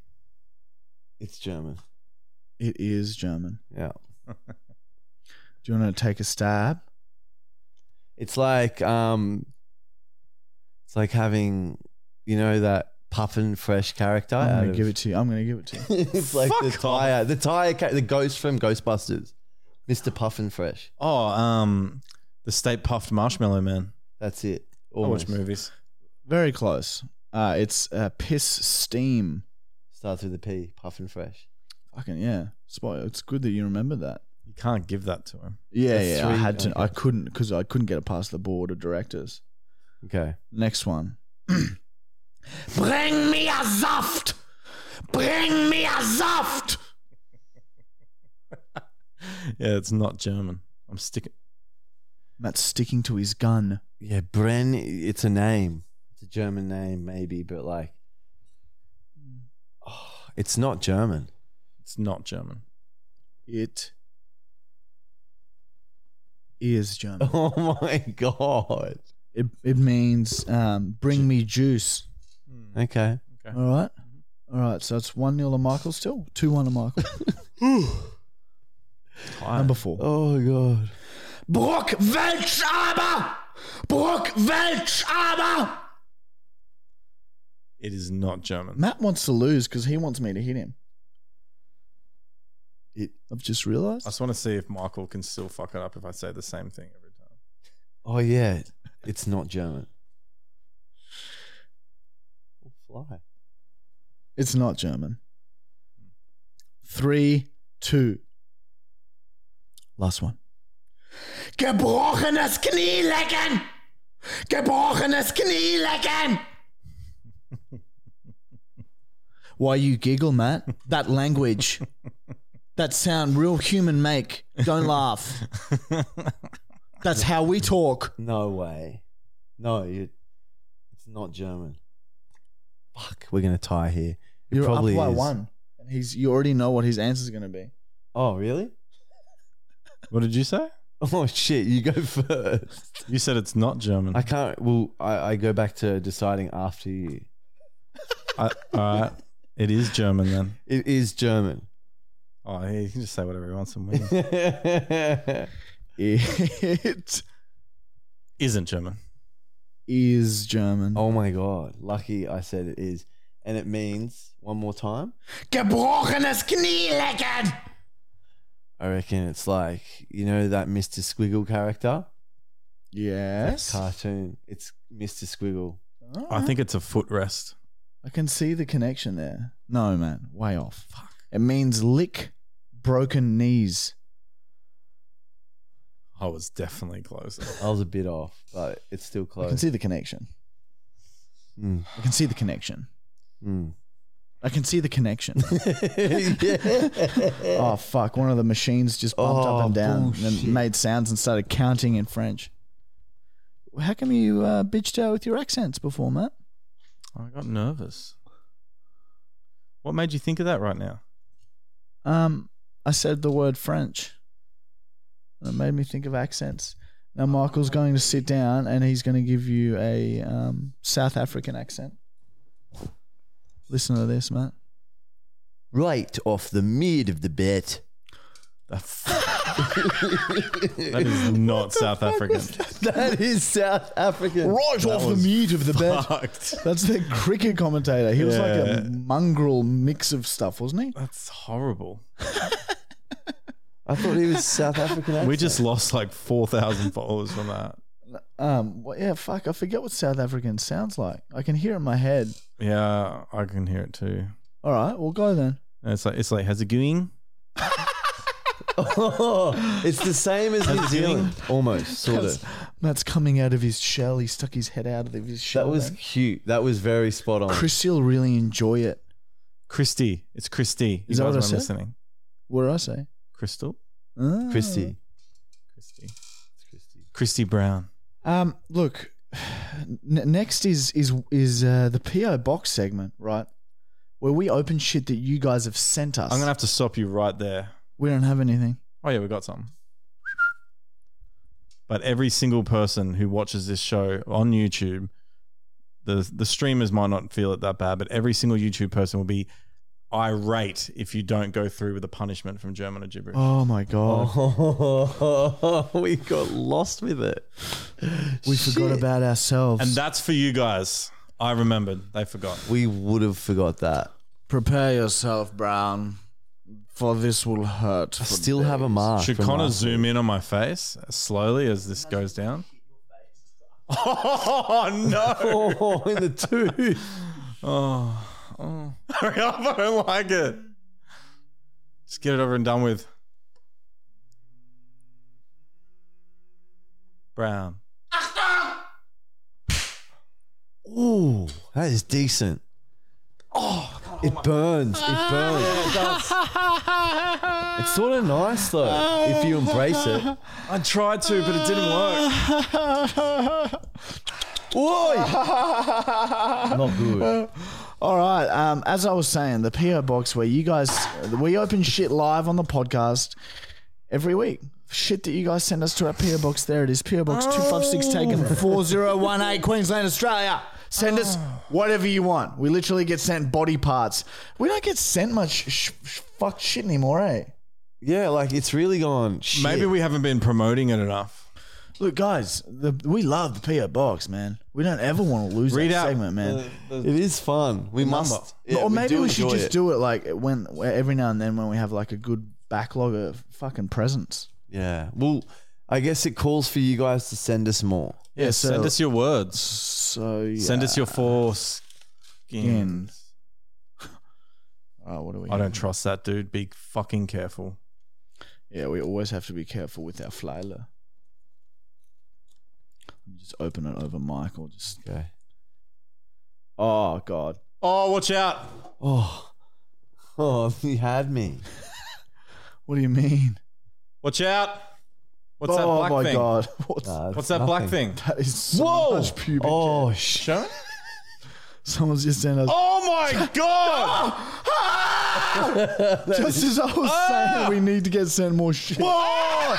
S3: It's German.
S1: It is German.
S3: Yeah.
S6: Do you want to take a stab?
S3: It's like um, it's like having you know that puffin fresh character.
S6: I'm
S3: out
S6: going
S3: of-
S6: to give it to you. I'm going to give it to you.
S3: it's like the
S2: Fuck off.
S3: tire, the tire, ca- the ghost from Ghostbusters, Mister Puffin Fresh.
S2: Oh, um, the state puffed marshmallow man.
S3: That's it.
S2: I watch movies.
S6: Very close. Uh, it's uh, piss steam.
S3: Starts with a P. Puffin Fresh.
S6: Fucking yeah. Spot. It's good that you remember that.
S2: You can't give that to him.
S6: Yeah,
S3: That's
S6: yeah. I
S3: three-
S6: had to.
S3: okay.
S6: I couldn't because I couldn't get it past the board of directors.
S3: Okay.
S6: Next one.
S7: Bring mir Saft! Bring mir Saft!
S2: Yeah, it's not German. I'm sticking.
S6: Matt's sticking to his gun.
S3: Yeah, Bren. It's a name. It's a German name, maybe, but like, oh, it's not German.
S2: It's not German.
S6: It is German.
S3: Oh my god.
S6: It it means um, bring me juice.
S3: Okay.
S6: All right. All right. So it's 1 0 to Michael still. 2 1 to Michael. Number four.
S3: Oh god.
S7: Bruck Welsch aber! Bruck Welsch aber!
S2: It is not German.
S6: Matt wants to lose because he wants me to hit him.
S3: It-
S6: I've just
S2: I
S6: realized.
S2: just want to see if Michael can still fuck it up if I say the same thing every time.
S3: Oh yeah. It's not German. Oh, fly.
S6: It's not German. Three, two. Last one.
S7: Gebrochenes Knie lecken! Gebrochenes Knie lecken!
S6: Why you giggle, Matt? That language. that sound real human make. Don't laugh. That's how we talk.
S3: No way. No, you, it's not German. Fuck, we're gonna tie here. It
S6: You're
S3: probably
S6: up by
S3: is.
S6: one. And he's you already know what his answer's gonna be.
S3: Oh really?
S2: What did you say?
S3: Oh shit! You go first.
S2: You said it's not German.
S3: I can't. Well, I, I go back to deciding after you.
S2: I, all right. It is German then.
S3: It is German.
S2: Oh, he he can just say whatever he wants and win.
S6: It
S2: Isn't German.
S6: is German.
S3: oh my god! Lucky I said it is, and it means one more time.
S7: Gebrochenes Knie lecken!
S3: I reckon it's like you know that Mr. Squiggle character, That
S6: Yes.
S3: cartoon. It's Mr. Squiggle.
S2: I think it's a footrest.
S6: I can see the connection there. No, man, way off. It means lick broken knees.
S2: I was definitely closer.
S3: I was a bit off, but it's still close.
S6: I can see the connection.
S3: Mm,
S6: I can see the connection.
S3: mm.
S6: I can see the connection. oh fuck! One of the machines just bumped
S3: Oh,
S6: up and down
S3: bullshit.
S6: and made sounds and started counting in French. How come you uh, bitched out with your accents before, Matt?
S2: I got nervous. What made you think of that right now?
S6: Um, I said the word French. And it made me think of accents. Now Michael's going to sit down and he's going to give you a um, South African accent. Listen to this, Matt.
S3: Right off the mid of the bit.
S2: That is not South African.
S3: That is South African.
S6: Right off the meat of the bed.
S2: Fucked.
S6: That's the cricket commentator. He was like
S2: Yeah.
S6: a mongrel mix of stuff, wasn't he?
S2: That's horrible.
S3: I thought he was South African. eh?
S2: We
S3: accent.
S2: just lost like 4,000 followers from that.
S6: Um, well, yeah, fuck. I forget what South African sounds like. I can hear it in my head.
S2: Yeah, I can hear it too.
S6: All right, we'll go then.
S2: And it's like, it's like, how's it going?
S3: Oh, it's the same as New Zealand. Almost, sort of.
S6: Matt's coming out of his shell. He stuck his head out of his shell.
S3: That was
S6: there.
S3: cute. That was very spot on.
S6: Chris will really enjoy it.
S2: Christy. It's Christy. You
S6: Is
S2: guys
S6: that what I
S2: weren't
S6: said?
S2: listening.
S6: What did I say?
S2: Crystal?
S6: Ah.
S3: Christy.
S2: Christy. Christy Brown.
S6: Um, look, n- next is is is uh, the PO box segment, right? Where we open shit that you guys have sent us.
S2: I'm going to have to stop you right there.
S6: we don't have anything.
S2: Oh yeah, we got some. But every single person who watches this show on YouTube, the the streamers might not feel it that bad, but every single YouTube person will be irate if you don't go through with the punishment from German or gibberish.
S6: Oh my god.
S3: Oh, we got lost with it.
S6: we forgot about ourselves.
S2: And that's for you guys. I remembered. They forgot.
S3: We would have forgot that.
S6: Prepare yourself, Brown, for this will hurt.
S3: I still have a mark.
S2: Should
S3: Ah, from
S2: Connor
S3: last-
S2: zoom in on my face slowly as this goes down? Oh no!
S3: Oh, in the two.
S2: Hurry up! I don't like it. Just get it over and done with. Brown.
S3: Ooh, that is decent. Oh, it burns.
S2: Ah.
S3: It burns. it's sort of nice though if you embrace it.
S2: I tried to, but it didn't work.
S3: Not good.
S6: All right. Um, as I was saying, the PO box where you guys we open shit live on the podcast every week. Shit that you guys send us to our PO box. There it is. PO box two five six taken four zero one eight Queensland Australia. Send us whatever you want. We literally get sent body parts. We don't get sent much sh- sh- fucked shit anymore, eh?
S3: Yeah, like it's really gone. Shit.
S2: Maybe we haven't been promoting it enough.
S6: Look, guys, the, we love the PO box, man. We don't ever want to lose
S2: Read
S6: that
S2: out
S6: segment, man.
S3: It is fun. We must. yeah,
S6: or maybe
S3: do
S6: we, should
S3: enjoy
S6: just
S3: it.
S6: do it like when every now and then when we have like a good backlog of fucking presents.
S3: Yeah. Well, I guess it calls for you guys to send us more.
S2: Yeah,
S6: so-
S2: send us your words.
S6: So yeah.
S2: Send us your four skins.
S6: Oh, what do we?
S2: I don't trust that dude. Be fucking careful.
S6: Yeah, we always have to be careful with our flailer. Let me just open it over Michael. Just
S3: Okay.
S6: oh god.
S2: Oh, watch out!
S3: Oh, oh, he had me.
S6: What do you mean?
S2: Watch out! What's that
S6: oh
S2: black
S6: my
S2: thing?
S6: god. What's
S3: Nah,
S2: What's
S3: it's
S2: that black
S3: nothing.
S2: thing?
S6: that? Is so
S2: Whoa!
S6: much pubic.
S3: Oh, sh-
S2: Show.
S6: Someone's just sent us.
S2: Oh my god!
S6: Just as I was
S2: Ah!
S6: saying, we need to get sent more shit.
S2: Oh,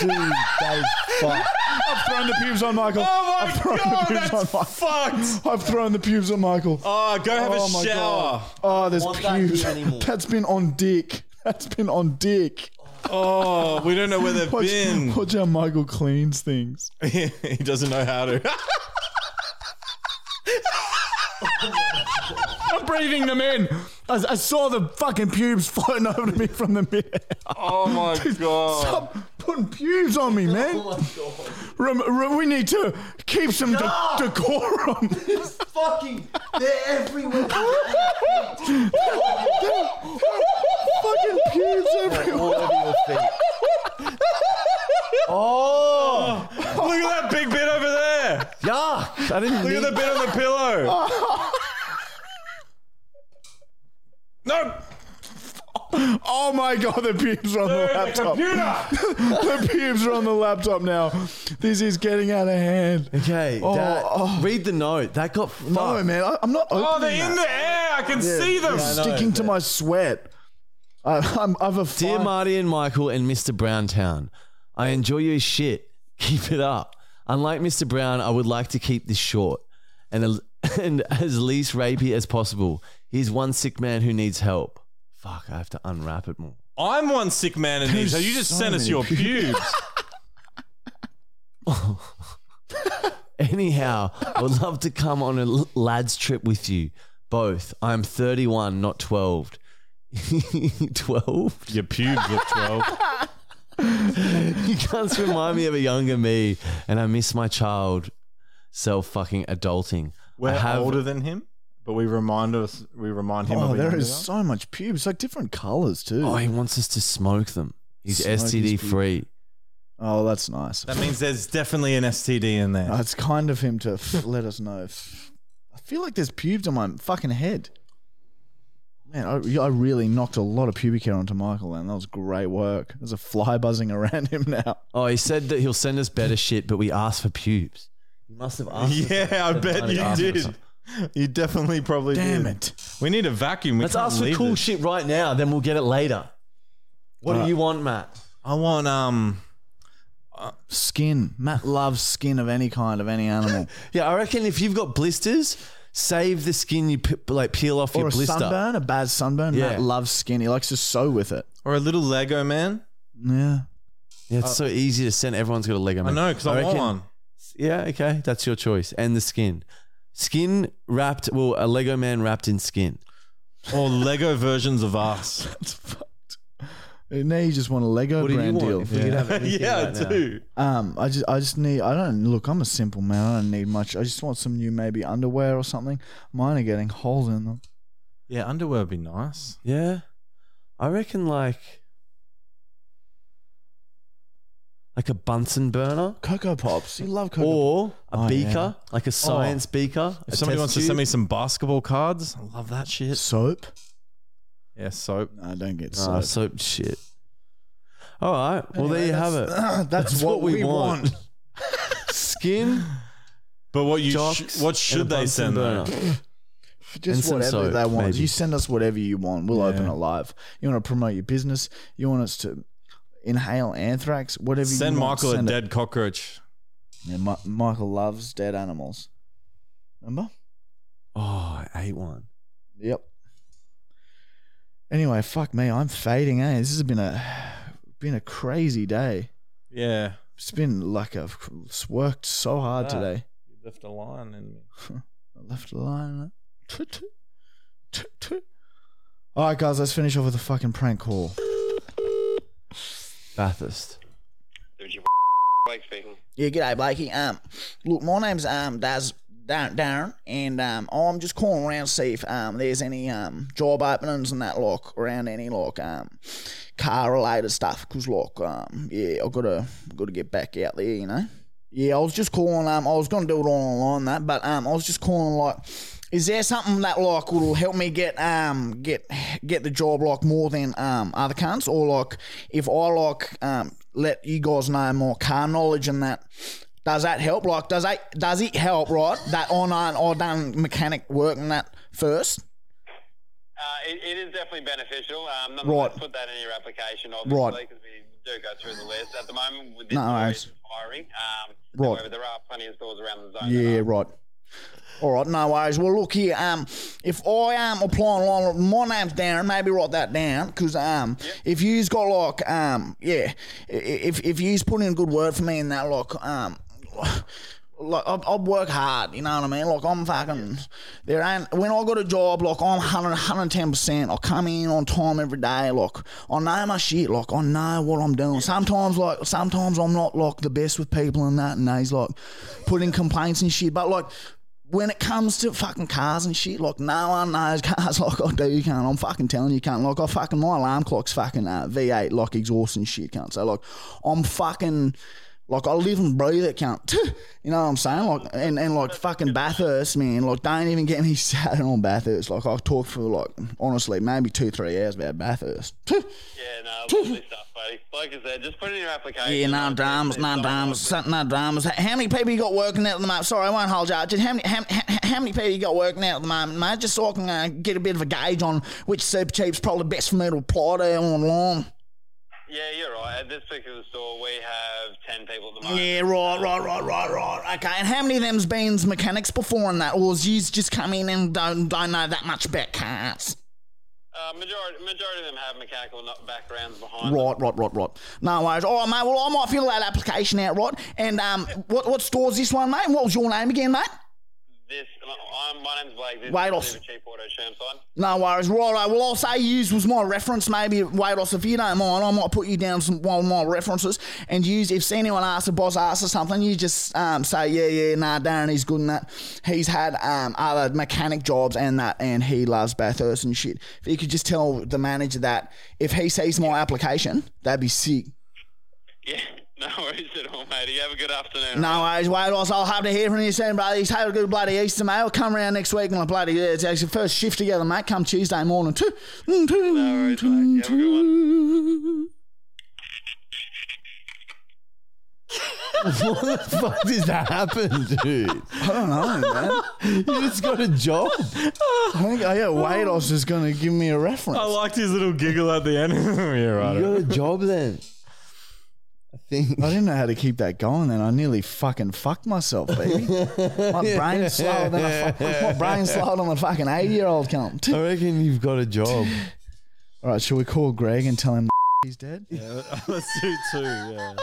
S3: dude, that is fuck.
S6: I've thrown the pubes on Michael.
S2: oh
S6: I've
S2: my
S6: thrown
S2: god!
S6: the pubes on
S2: That's
S6: Michael.
S2: fucked.
S6: I've thrown the pubes on Michael.
S2: Oh, go have
S6: Oh
S2: a
S6: my
S2: shower.
S6: God. Oh, there's
S3: Want that
S6: pubes.
S3: here anymore.
S6: That's been on dick. That's been on dick.
S2: Oh, we don't know where they've
S6: Watch,
S2: been.
S6: watch how Michael cleans things.
S2: he doesn't know how to.
S6: I'm breathing them in. I, I saw the fucking pubes floating over to me from the mid.
S2: Oh my god!
S6: Stop putting pubes on me, man.
S3: Oh
S6: Rem- rem- we need to keep some de- decorum.
S3: Fucking, they're everywhere.
S6: fucking pubes everywhere.
S3: All over your feet. Oh,
S2: Look at that big bit over there.
S3: yuck! I didn't
S2: Look at
S3: need
S2: the bit on the pillow. No,
S6: Oh my god, the pubes are on the
S2: the
S6: laptop.
S2: computer.
S6: the pubes are on the laptop now. This is getting out of hand.
S3: Okay,
S6: Oh,
S3: that,
S6: oh.
S3: read the note. That got fucked.
S6: No, man, I, I'm not opening
S2: Oh, they're in
S6: that.
S2: the air. I can see them.
S6: I'm sticking to my sweat. I, I'm, I've a
S3: Dear
S6: fine-
S3: Marty and Michael and Mr. Browntown, I enjoy your shit. Keep it up. Unlike Mr. Brown, I would like to keep this short and, and as least rapey as possible. He's one sick man who needs help. Fuck, I have to unwrap it more.
S2: I'm one sick man in these. So you just
S6: so
S2: sent us
S6: many
S2: your pubes.
S3: Anyhow, I would love to come on a l- lads trip with you both. I'm 31, not 12. 12?
S2: your pubes at 12.
S3: You guys remind me of a younger me, and I miss my child self fucking adulting.
S2: We're
S3: I have-
S2: older than him, but we remind us. We remind him.
S6: Oh,
S2: of
S6: there is so much pubes, like different colors too.
S3: Oh,
S6: Oh,
S3: he wants us to smoke them. He's
S6: Smoke his
S3: STD free.
S6: Oh, that's nice.
S2: That means there's definitely an STD in
S6: Oh,
S2: there.
S6: it's kind of him to f- let us know. F- I feel like there's pubes on my fucking head. Man, I, I really knocked a lot of pubic hair onto Michael, and that was great work. There's a fly buzzing around him now.
S3: Oh, he said that he'll send us better shit, but we asked for pubes. You must have asked.
S2: Yeah, I bet you did. You definitely probably
S6: Damn
S2: did.
S6: it.
S2: We need a vacuum. We
S3: Let's
S2: can't
S3: ask for
S2: leave
S3: cool
S2: this.
S3: shit right now, then we'll get it later. What do you want, Matt?
S2: I want um.
S6: Skin. Matt loves skin of any kind, of any animal.
S3: Yeah, I reckon if you've got blisters, Save the skin you p- like peel off
S1: Or
S3: your
S1: a
S3: blister.
S1: sunburn, a bad sunburn.
S3: Yeah.
S1: Matt loves skin. He likes to sew with it.
S2: Or a little Lego man.
S1: Yeah.
S3: Yeah, it's so easy to send. Everyone's got a Lego.
S2: Uh, I
S3: man.
S2: know because I, want
S3: reckon-
S2: one.
S3: Yeah, okay, that's your choice. And the skin, skin wrapped. Well, a Lego man wrapped in skin.
S2: Or Lego versions of us.
S1: That's fucked. Now you just want a Lego
S3: What do you
S1: brand
S3: want?
S1: deal.
S3: If we could have anything right now.
S1: Um, I just, I just need. I don't look. I'm a simple man. I don't need much. I just want some new maybe underwear or something. Mine are getting holes in them.
S2: Yeah, underwear would be nice.
S3: Yeah, I reckon like like a Bunsen burner
S1: Cocoa pops. You love cocoa.
S3: or a
S1: Oh,
S3: beaker,
S1: yeah.
S3: like a science beaker.
S2: If
S3: a
S2: somebody
S3: test
S2: wants to
S3: tube.
S2: send me some basketball cards, I love that shit.
S1: soap.
S2: Yeah, soap.
S1: No, I don't get
S3: Ah,
S1: soap.
S3: soap shit. All right, well there
S1: Anyway,
S3: you have it.
S1: that's- That's,
S3: That's
S1: what,
S3: what
S1: we,
S3: we
S1: want.
S3: want. Skin,
S2: But what you
S3: jocks,
S2: sh- what
S3: and a uh,
S2: should they
S3: Bunsen
S2: send though?
S3: burner. And
S1: Just
S3: some
S1: whatever
S3: soap,
S1: they want.
S3: maybe.
S1: You send us whatever you want. We'll open it live. You want to promote your business. You want us to inhale anthrax. Whatever.
S2: Send
S1: you want,
S2: Michael a
S1: send it.
S2: dead cockroach.
S1: Yeah, Mi- Michael loves dead animals. Remember?
S3: Oh, I ate one.
S1: Yep. Anyway, fuck me. I'm fading. Eh, this has been a been a crazy day.
S2: Yeah,
S1: It's been like I've it's worked so hard
S2: Ah.
S1: today.
S2: you left a line in me.
S1: I left a line. eh? Toot, toot. Toot, toot. All right, guys, let's finish off with a fucking prank call.
S3: Bathurst.
S8: Blake speaking.
S6: Yeah, g'day, Blakey. Um, look, my name's um Daz Dar- Darren, and um, I'm just calling around to see if um there's any um job openings and that like around any like um car related stuff. Cause like um yeah, I gotta gotta get back out there, you know. Yeah, I was just calling. Um, I was gonna do it all online that, but um, I was just calling like, is there something that like will help me get um get get the job like more than um other cunts or like if I like um let you guys know more car knowledge and that. Does that help? Like, does that does it help? Right, that online or done mechanic work and that first.
S8: Uh, it, it is definitely beneficial. Um, nonetheless,
S6: Right.
S8: put that in your application,
S6: Right.
S8: obviously, because we do go through the list. At the moment, with this
S6: No
S8: area
S6: worries.
S8: is firing. Um,
S6: Right.
S8: However, there are plenty of stores around the zone. that
S6: Yeah,
S8: are-
S6: right. All right, no worries. Well, look here. Um, if I um apply online, my name's Darren. Maybe write that down, cause um, if you's got like um, yeah, i- i- if if you's put in a good word for me and that, like um, like I, I work hard. You know what I mean? Like I'm fucking there ain't when I got a job. Like I'm 100, 110 percent. I come in on time every day. Like I know my shit. Like I know what I'm doing. Sometimes like sometimes I'm not like the best with people and that, and they's like putting complaints and shit. But like when it comes to fucking cars and shit, like no one knows cars like I do, can't. I'm fucking telling you, can't. Like I fucking my alarm clock's fucking uh, V8 like exhaust and shit, can't. So like I'm fucking. Like I live and breathe it, can't. You know what I'm saying? Like and, and like fucking Bathurst, man. Like don't even get me started on Bathurst. Like I've talked for like honestly maybe two three hours about Bathurst.
S8: Yeah, no, lovely stuff, buddy. Like I said, just put it in your application.
S6: Yeah, no
S8: It's-
S6: dramas,
S8: it's
S6: no
S8: not-
S6: dramas, something, no dramas. How many people you got working out at the moment? Sorry, I won't hold you up. Just how many, how, how- how many people you got working out at the moment, mate? Just so I can uh, get a bit of a gauge on which super cheap's probably best for me to apply to online.
S8: Yeah, you're right. At this particular store, we have 10 people at the moment.
S6: Yeah, right, right, right, right, right. Okay, and how many of them's been mechanics before and that, or is yous just come in and don't don't know that much about cars?
S8: Uh, majority, majority of them have mechanical no- backgrounds behind them.
S6: Right, right, right, right. No worries. All right, mate. Well, I might fill that application out, right? And um, what what store's this one, mate? What was your name again, mate?
S8: This, I'm, my name's Blake. This
S6: Wait
S8: is
S6: off.
S8: Super Cheap Auto Sherm sign.
S6: No worries. Right, right. Well, I'll say use was my reference. Maybe Wados, if you don't mind, I might put you down some one of my references and use. If anyone asks, a boss asks or something, you just um, say, yeah, yeah, nah, Darren, he's good in that. He's had um, other mechanic jobs and that, and he loves Bathurst and shit. If you could just tell the manager that if he sees my application, that'd be sick.
S8: Yeah, no worries at all, mate. You have a good afternoon.
S6: No worries, Wados. I'll have to hear from you soon, brother. He's had a good bloody Easter, mate. I'll come around next week and I'll bloody yeah, it's actually first shift together, mate. Come Tuesday morning. mm, No
S8: worries, mate. You have a good one.
S3: what the fuck did that happen, dude?
S1: I don't know, man.
S3: You just got a job.
S1: I think oh yeah, Wados is gonna give me
S3: Oh.
S1: a reference.
S2: I liked his little giggle at the end. yeah,
S3: You
S2: right.
S3: got a job then. think.
S6: I didn't know how to keep that going, and I nearly fucking fucked myself, baby. my brain's slower than a fu- my brain's slower than a fucking eighty-year-old cunt.
S3: I reckon you've got a job.
S6: All right, shall we call Greg and tell him he's dead?
S2: Let's do two. Yeah.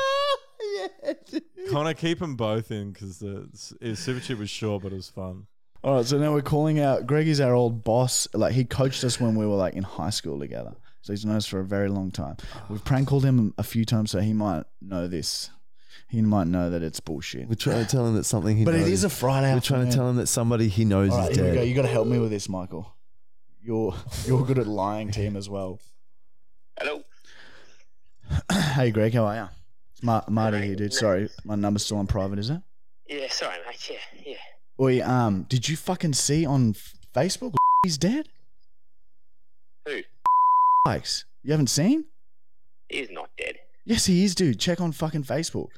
S2: Connor, keep them both in because the it- Super Chip was short, but it was fun.
S6: All right, so now we're calling out. Greg is our old boss. Like he coached us when we were like in high school together, so he's known us for a very long time. We've prank called him a few times, so he might know this. He might know that it's bullshit.
S3: We're trying to tell him that something he
S6: But
S3: knows.
S6: it is a Friday.
S3: We're trying to
S6: afternoon.
S3: tell him that somebody he knows
S6: All right,
S3: is
S6: here we
S3: dead.
S6: go. You got to help me with this, Michael. You're you're good at lying to him as well.
S8: Hello.
S6: Hey, Greg, how are you? It's Mar- Marty here, dude. Sorry, my number's still on private, is it?
S8: Yeah, sorry, mate. Yeah, yeah.
S6: Oi, um, did you fucking see on F- Facebook he's dead?
S8: Who?
S6: Likes. You haven't seen?
S8: He's not dead.
S6: Yes, he is, dude. Check on fucking Facebook.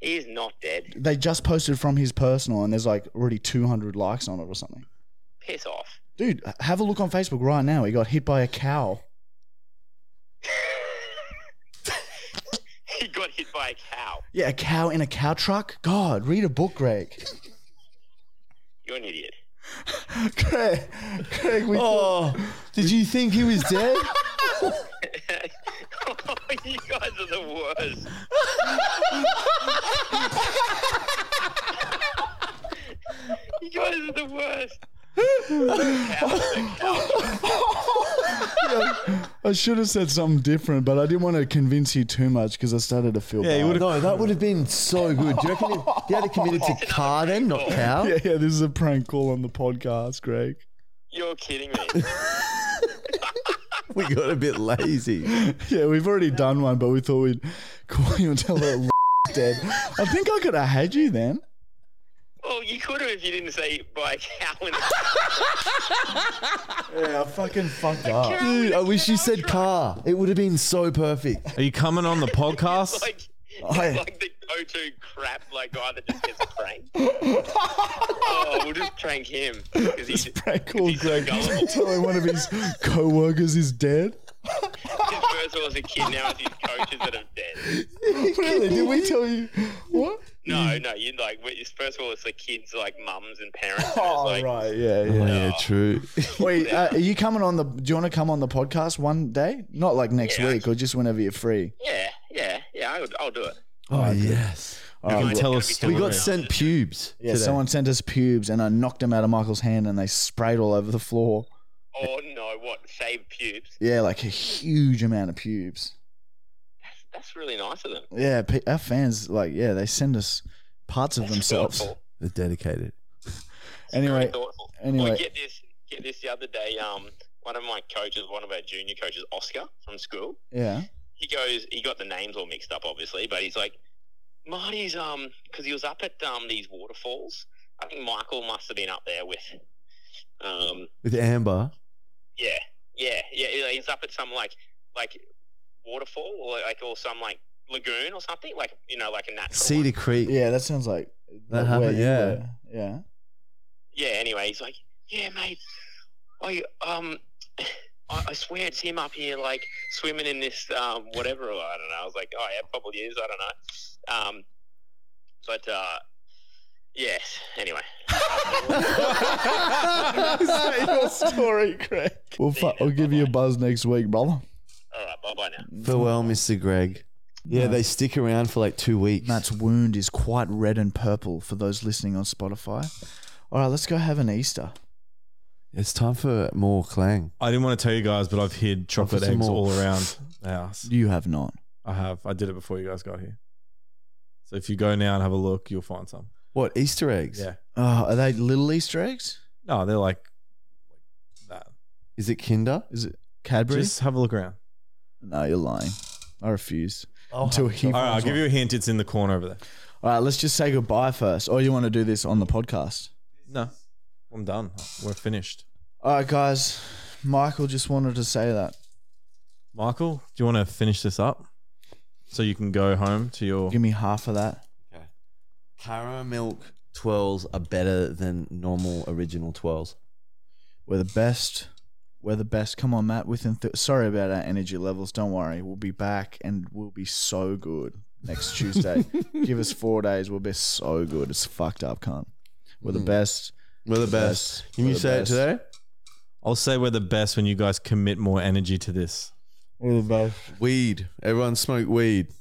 S8: He's not dead.
S6: They just posted from his personal, and there's like already 200 likes on it or something.
S8: Piss off.
S6: Dude, have a look on Facebook right now. He got hit by a cow.
S8: he got hit by a cow.
S6: Yeah, a cow in a cow truck. God, read a book, Greg.
S8: You're an idiot.
S6: Craig, Craig, we
S3: Oh, did you think he was dead?
S8: oh, you guys are the worst. you guys are the worst.
S6: I should have said something different, but I didn't want to convince you too much because I started to feel
S1: Oh,
S6: bad.
S3: no, that would have been so good. Do you reckon if he had committed to car then, not cow?
S6: Yeah, yeah, this is a prank call on the podcast, Greg.
S8: You're kidding me.
S3: We got a bit lazy.
S6: Yeah, we've already done one, but we thought we'd call you and tell her dead. I think I could have had you then.
S8: well, you could have if you didn't say by a cow. And a
S6: Yeah, I fucking fucked up.
S3: Dude, I wish you said car. It would have been so perfect.
S2: Are you coming on the podcast?
S8: like,
S6: I-
S8: like the go-to crap like guy that just gets pranked. oh, we'll just prank him because he's
S6: Prank call,
S8: he's so
S6: Greg.
S8: gullible.
S6: Telling one of his co-workers is dead.
S8: His first was a kid, now it's his coaches that are dead.
S6: Really? Did we tell you what?
S8: No, no, you like we- first of all, it's the kids, like mums and parents. and it's
S6: Oh
S8: like,
S6: right, yeah, yeah.
S3: yeah, true.
S6: Wait, uh, are you coming on the? Do you want to come on the podcast one day? Not like next
S8: Yeah.
S6: week, or just whenever you're free.
S8: Yeah, yeah, yeah. I'll, I'll do it.
S3: Oh, yes.
S6: All right,
S2: can
S6: well-
S2: tell
S8: Gotta
S2: us
S8: be
S2: story.
S3: We got sent pubes.
S6: yeah,
S3: today.
S6: someone sent us pubes, and I knocked them out of Michael's hand, and they sprayed all over the floor.
S8: Oh no, what shaved pubes?
S6: Yeah, like a huge amount of pubes.
S8: That's, that's really nice of them.
S6: Yeah, pe- our fans like yeah, they send us parts of
S8: That's
S6: themselves.
S8: thoughtful.
S3: They're dedicated.
S8: Very
S6: Anyway,
S8: thoughtful.
S6: anyway.
S8: Well, get this, get this. The other day, um, one of my coaches, one of our junior coaches, Oscar from school,
S6: yeah.
S8: he goes, he got the names all mixed up, obviously, but he's like, Marty's, um, because he was up at um these waterfalls. I think Michael must have been up there with, um,
S3: With Amber.
S8: yeah, yeah, yeah. you know, He's up at some like, like waterfall or like or some like lagoon or something, like you know, like a natural. one.
S3: Cedar Creek.
S6: Yeah, that sounds like
S3: That
S6: where
S3: happened,
S6: you
S3: yeah.
S6: were. yeah.
S8: yeah, anyway, he's like, yeah, mate, I um, I, I swear it's him up here, like swimming in this um, whatever. I don't know. I was like, oh yeah, probably is. I don't know. Um, but uh, yes. Anyway,
S6: story, Craig? We'll, fu- we'll give you a buzz next week, brother.
S8: all right, bye bye now.
S3: Farewell, Mr. Greg. Yeah, they stick around for like two weeks.
S6: Matt's wound is quite red and purple for those listening on Spotify. All right, let's go have an Easter.
S3: It's time for more clang.
S2: I didn't want to tell you guys, but I've hid chocolate
S3: some
S2: eggs
S3: more.
S2: all around the house.
S6: You have not.
S2: I have. I did it before you guys got here. So if you go now and have a look, you'll find some.
S3: What, Easter eggs?
S2: Yeah.
S6: Oh, are they little Easter eggs?
S2: No, they're like that.
S3: Is it Kinder?
S6: Is it Cadbury?
S2: Just have a look around.
S6: no, you're lying. Oh, I refuse. Until he
S2: All right, I'll
S6: finds
S2: give
S6: one.
S2: you a hint. It's in the corner over there.
S6: All right, let's just say goodbye first. Or you want to do this on the podcast?
S2: No, I'm done. We're finished.
S6: All right, guys. Michael just wanted to say that.
S2: Michael, do you want to finish this up so you can go home to your?
S6: Give me half of that.
S3: Caramel milk twirls are better than normal original twirls.
S6: We're the best. We're the best. Come on, Matt. With enth- sorry about our energy levels. Don't worry. We'll be back, and we'll be so good. next Tuesday. Give us four days. We'll be so good. It's fucked up, cunt. We're the best.
S9: We're the
S6: best.
S9: best. Can
S6: We're
S9: you
S6: the
S9: say
S6: best.
S9: it today?
S2: I'll say we're the best when you guys commit more energy to this.
S6: We're the best.
S9: Weed. Everyone smoke weed.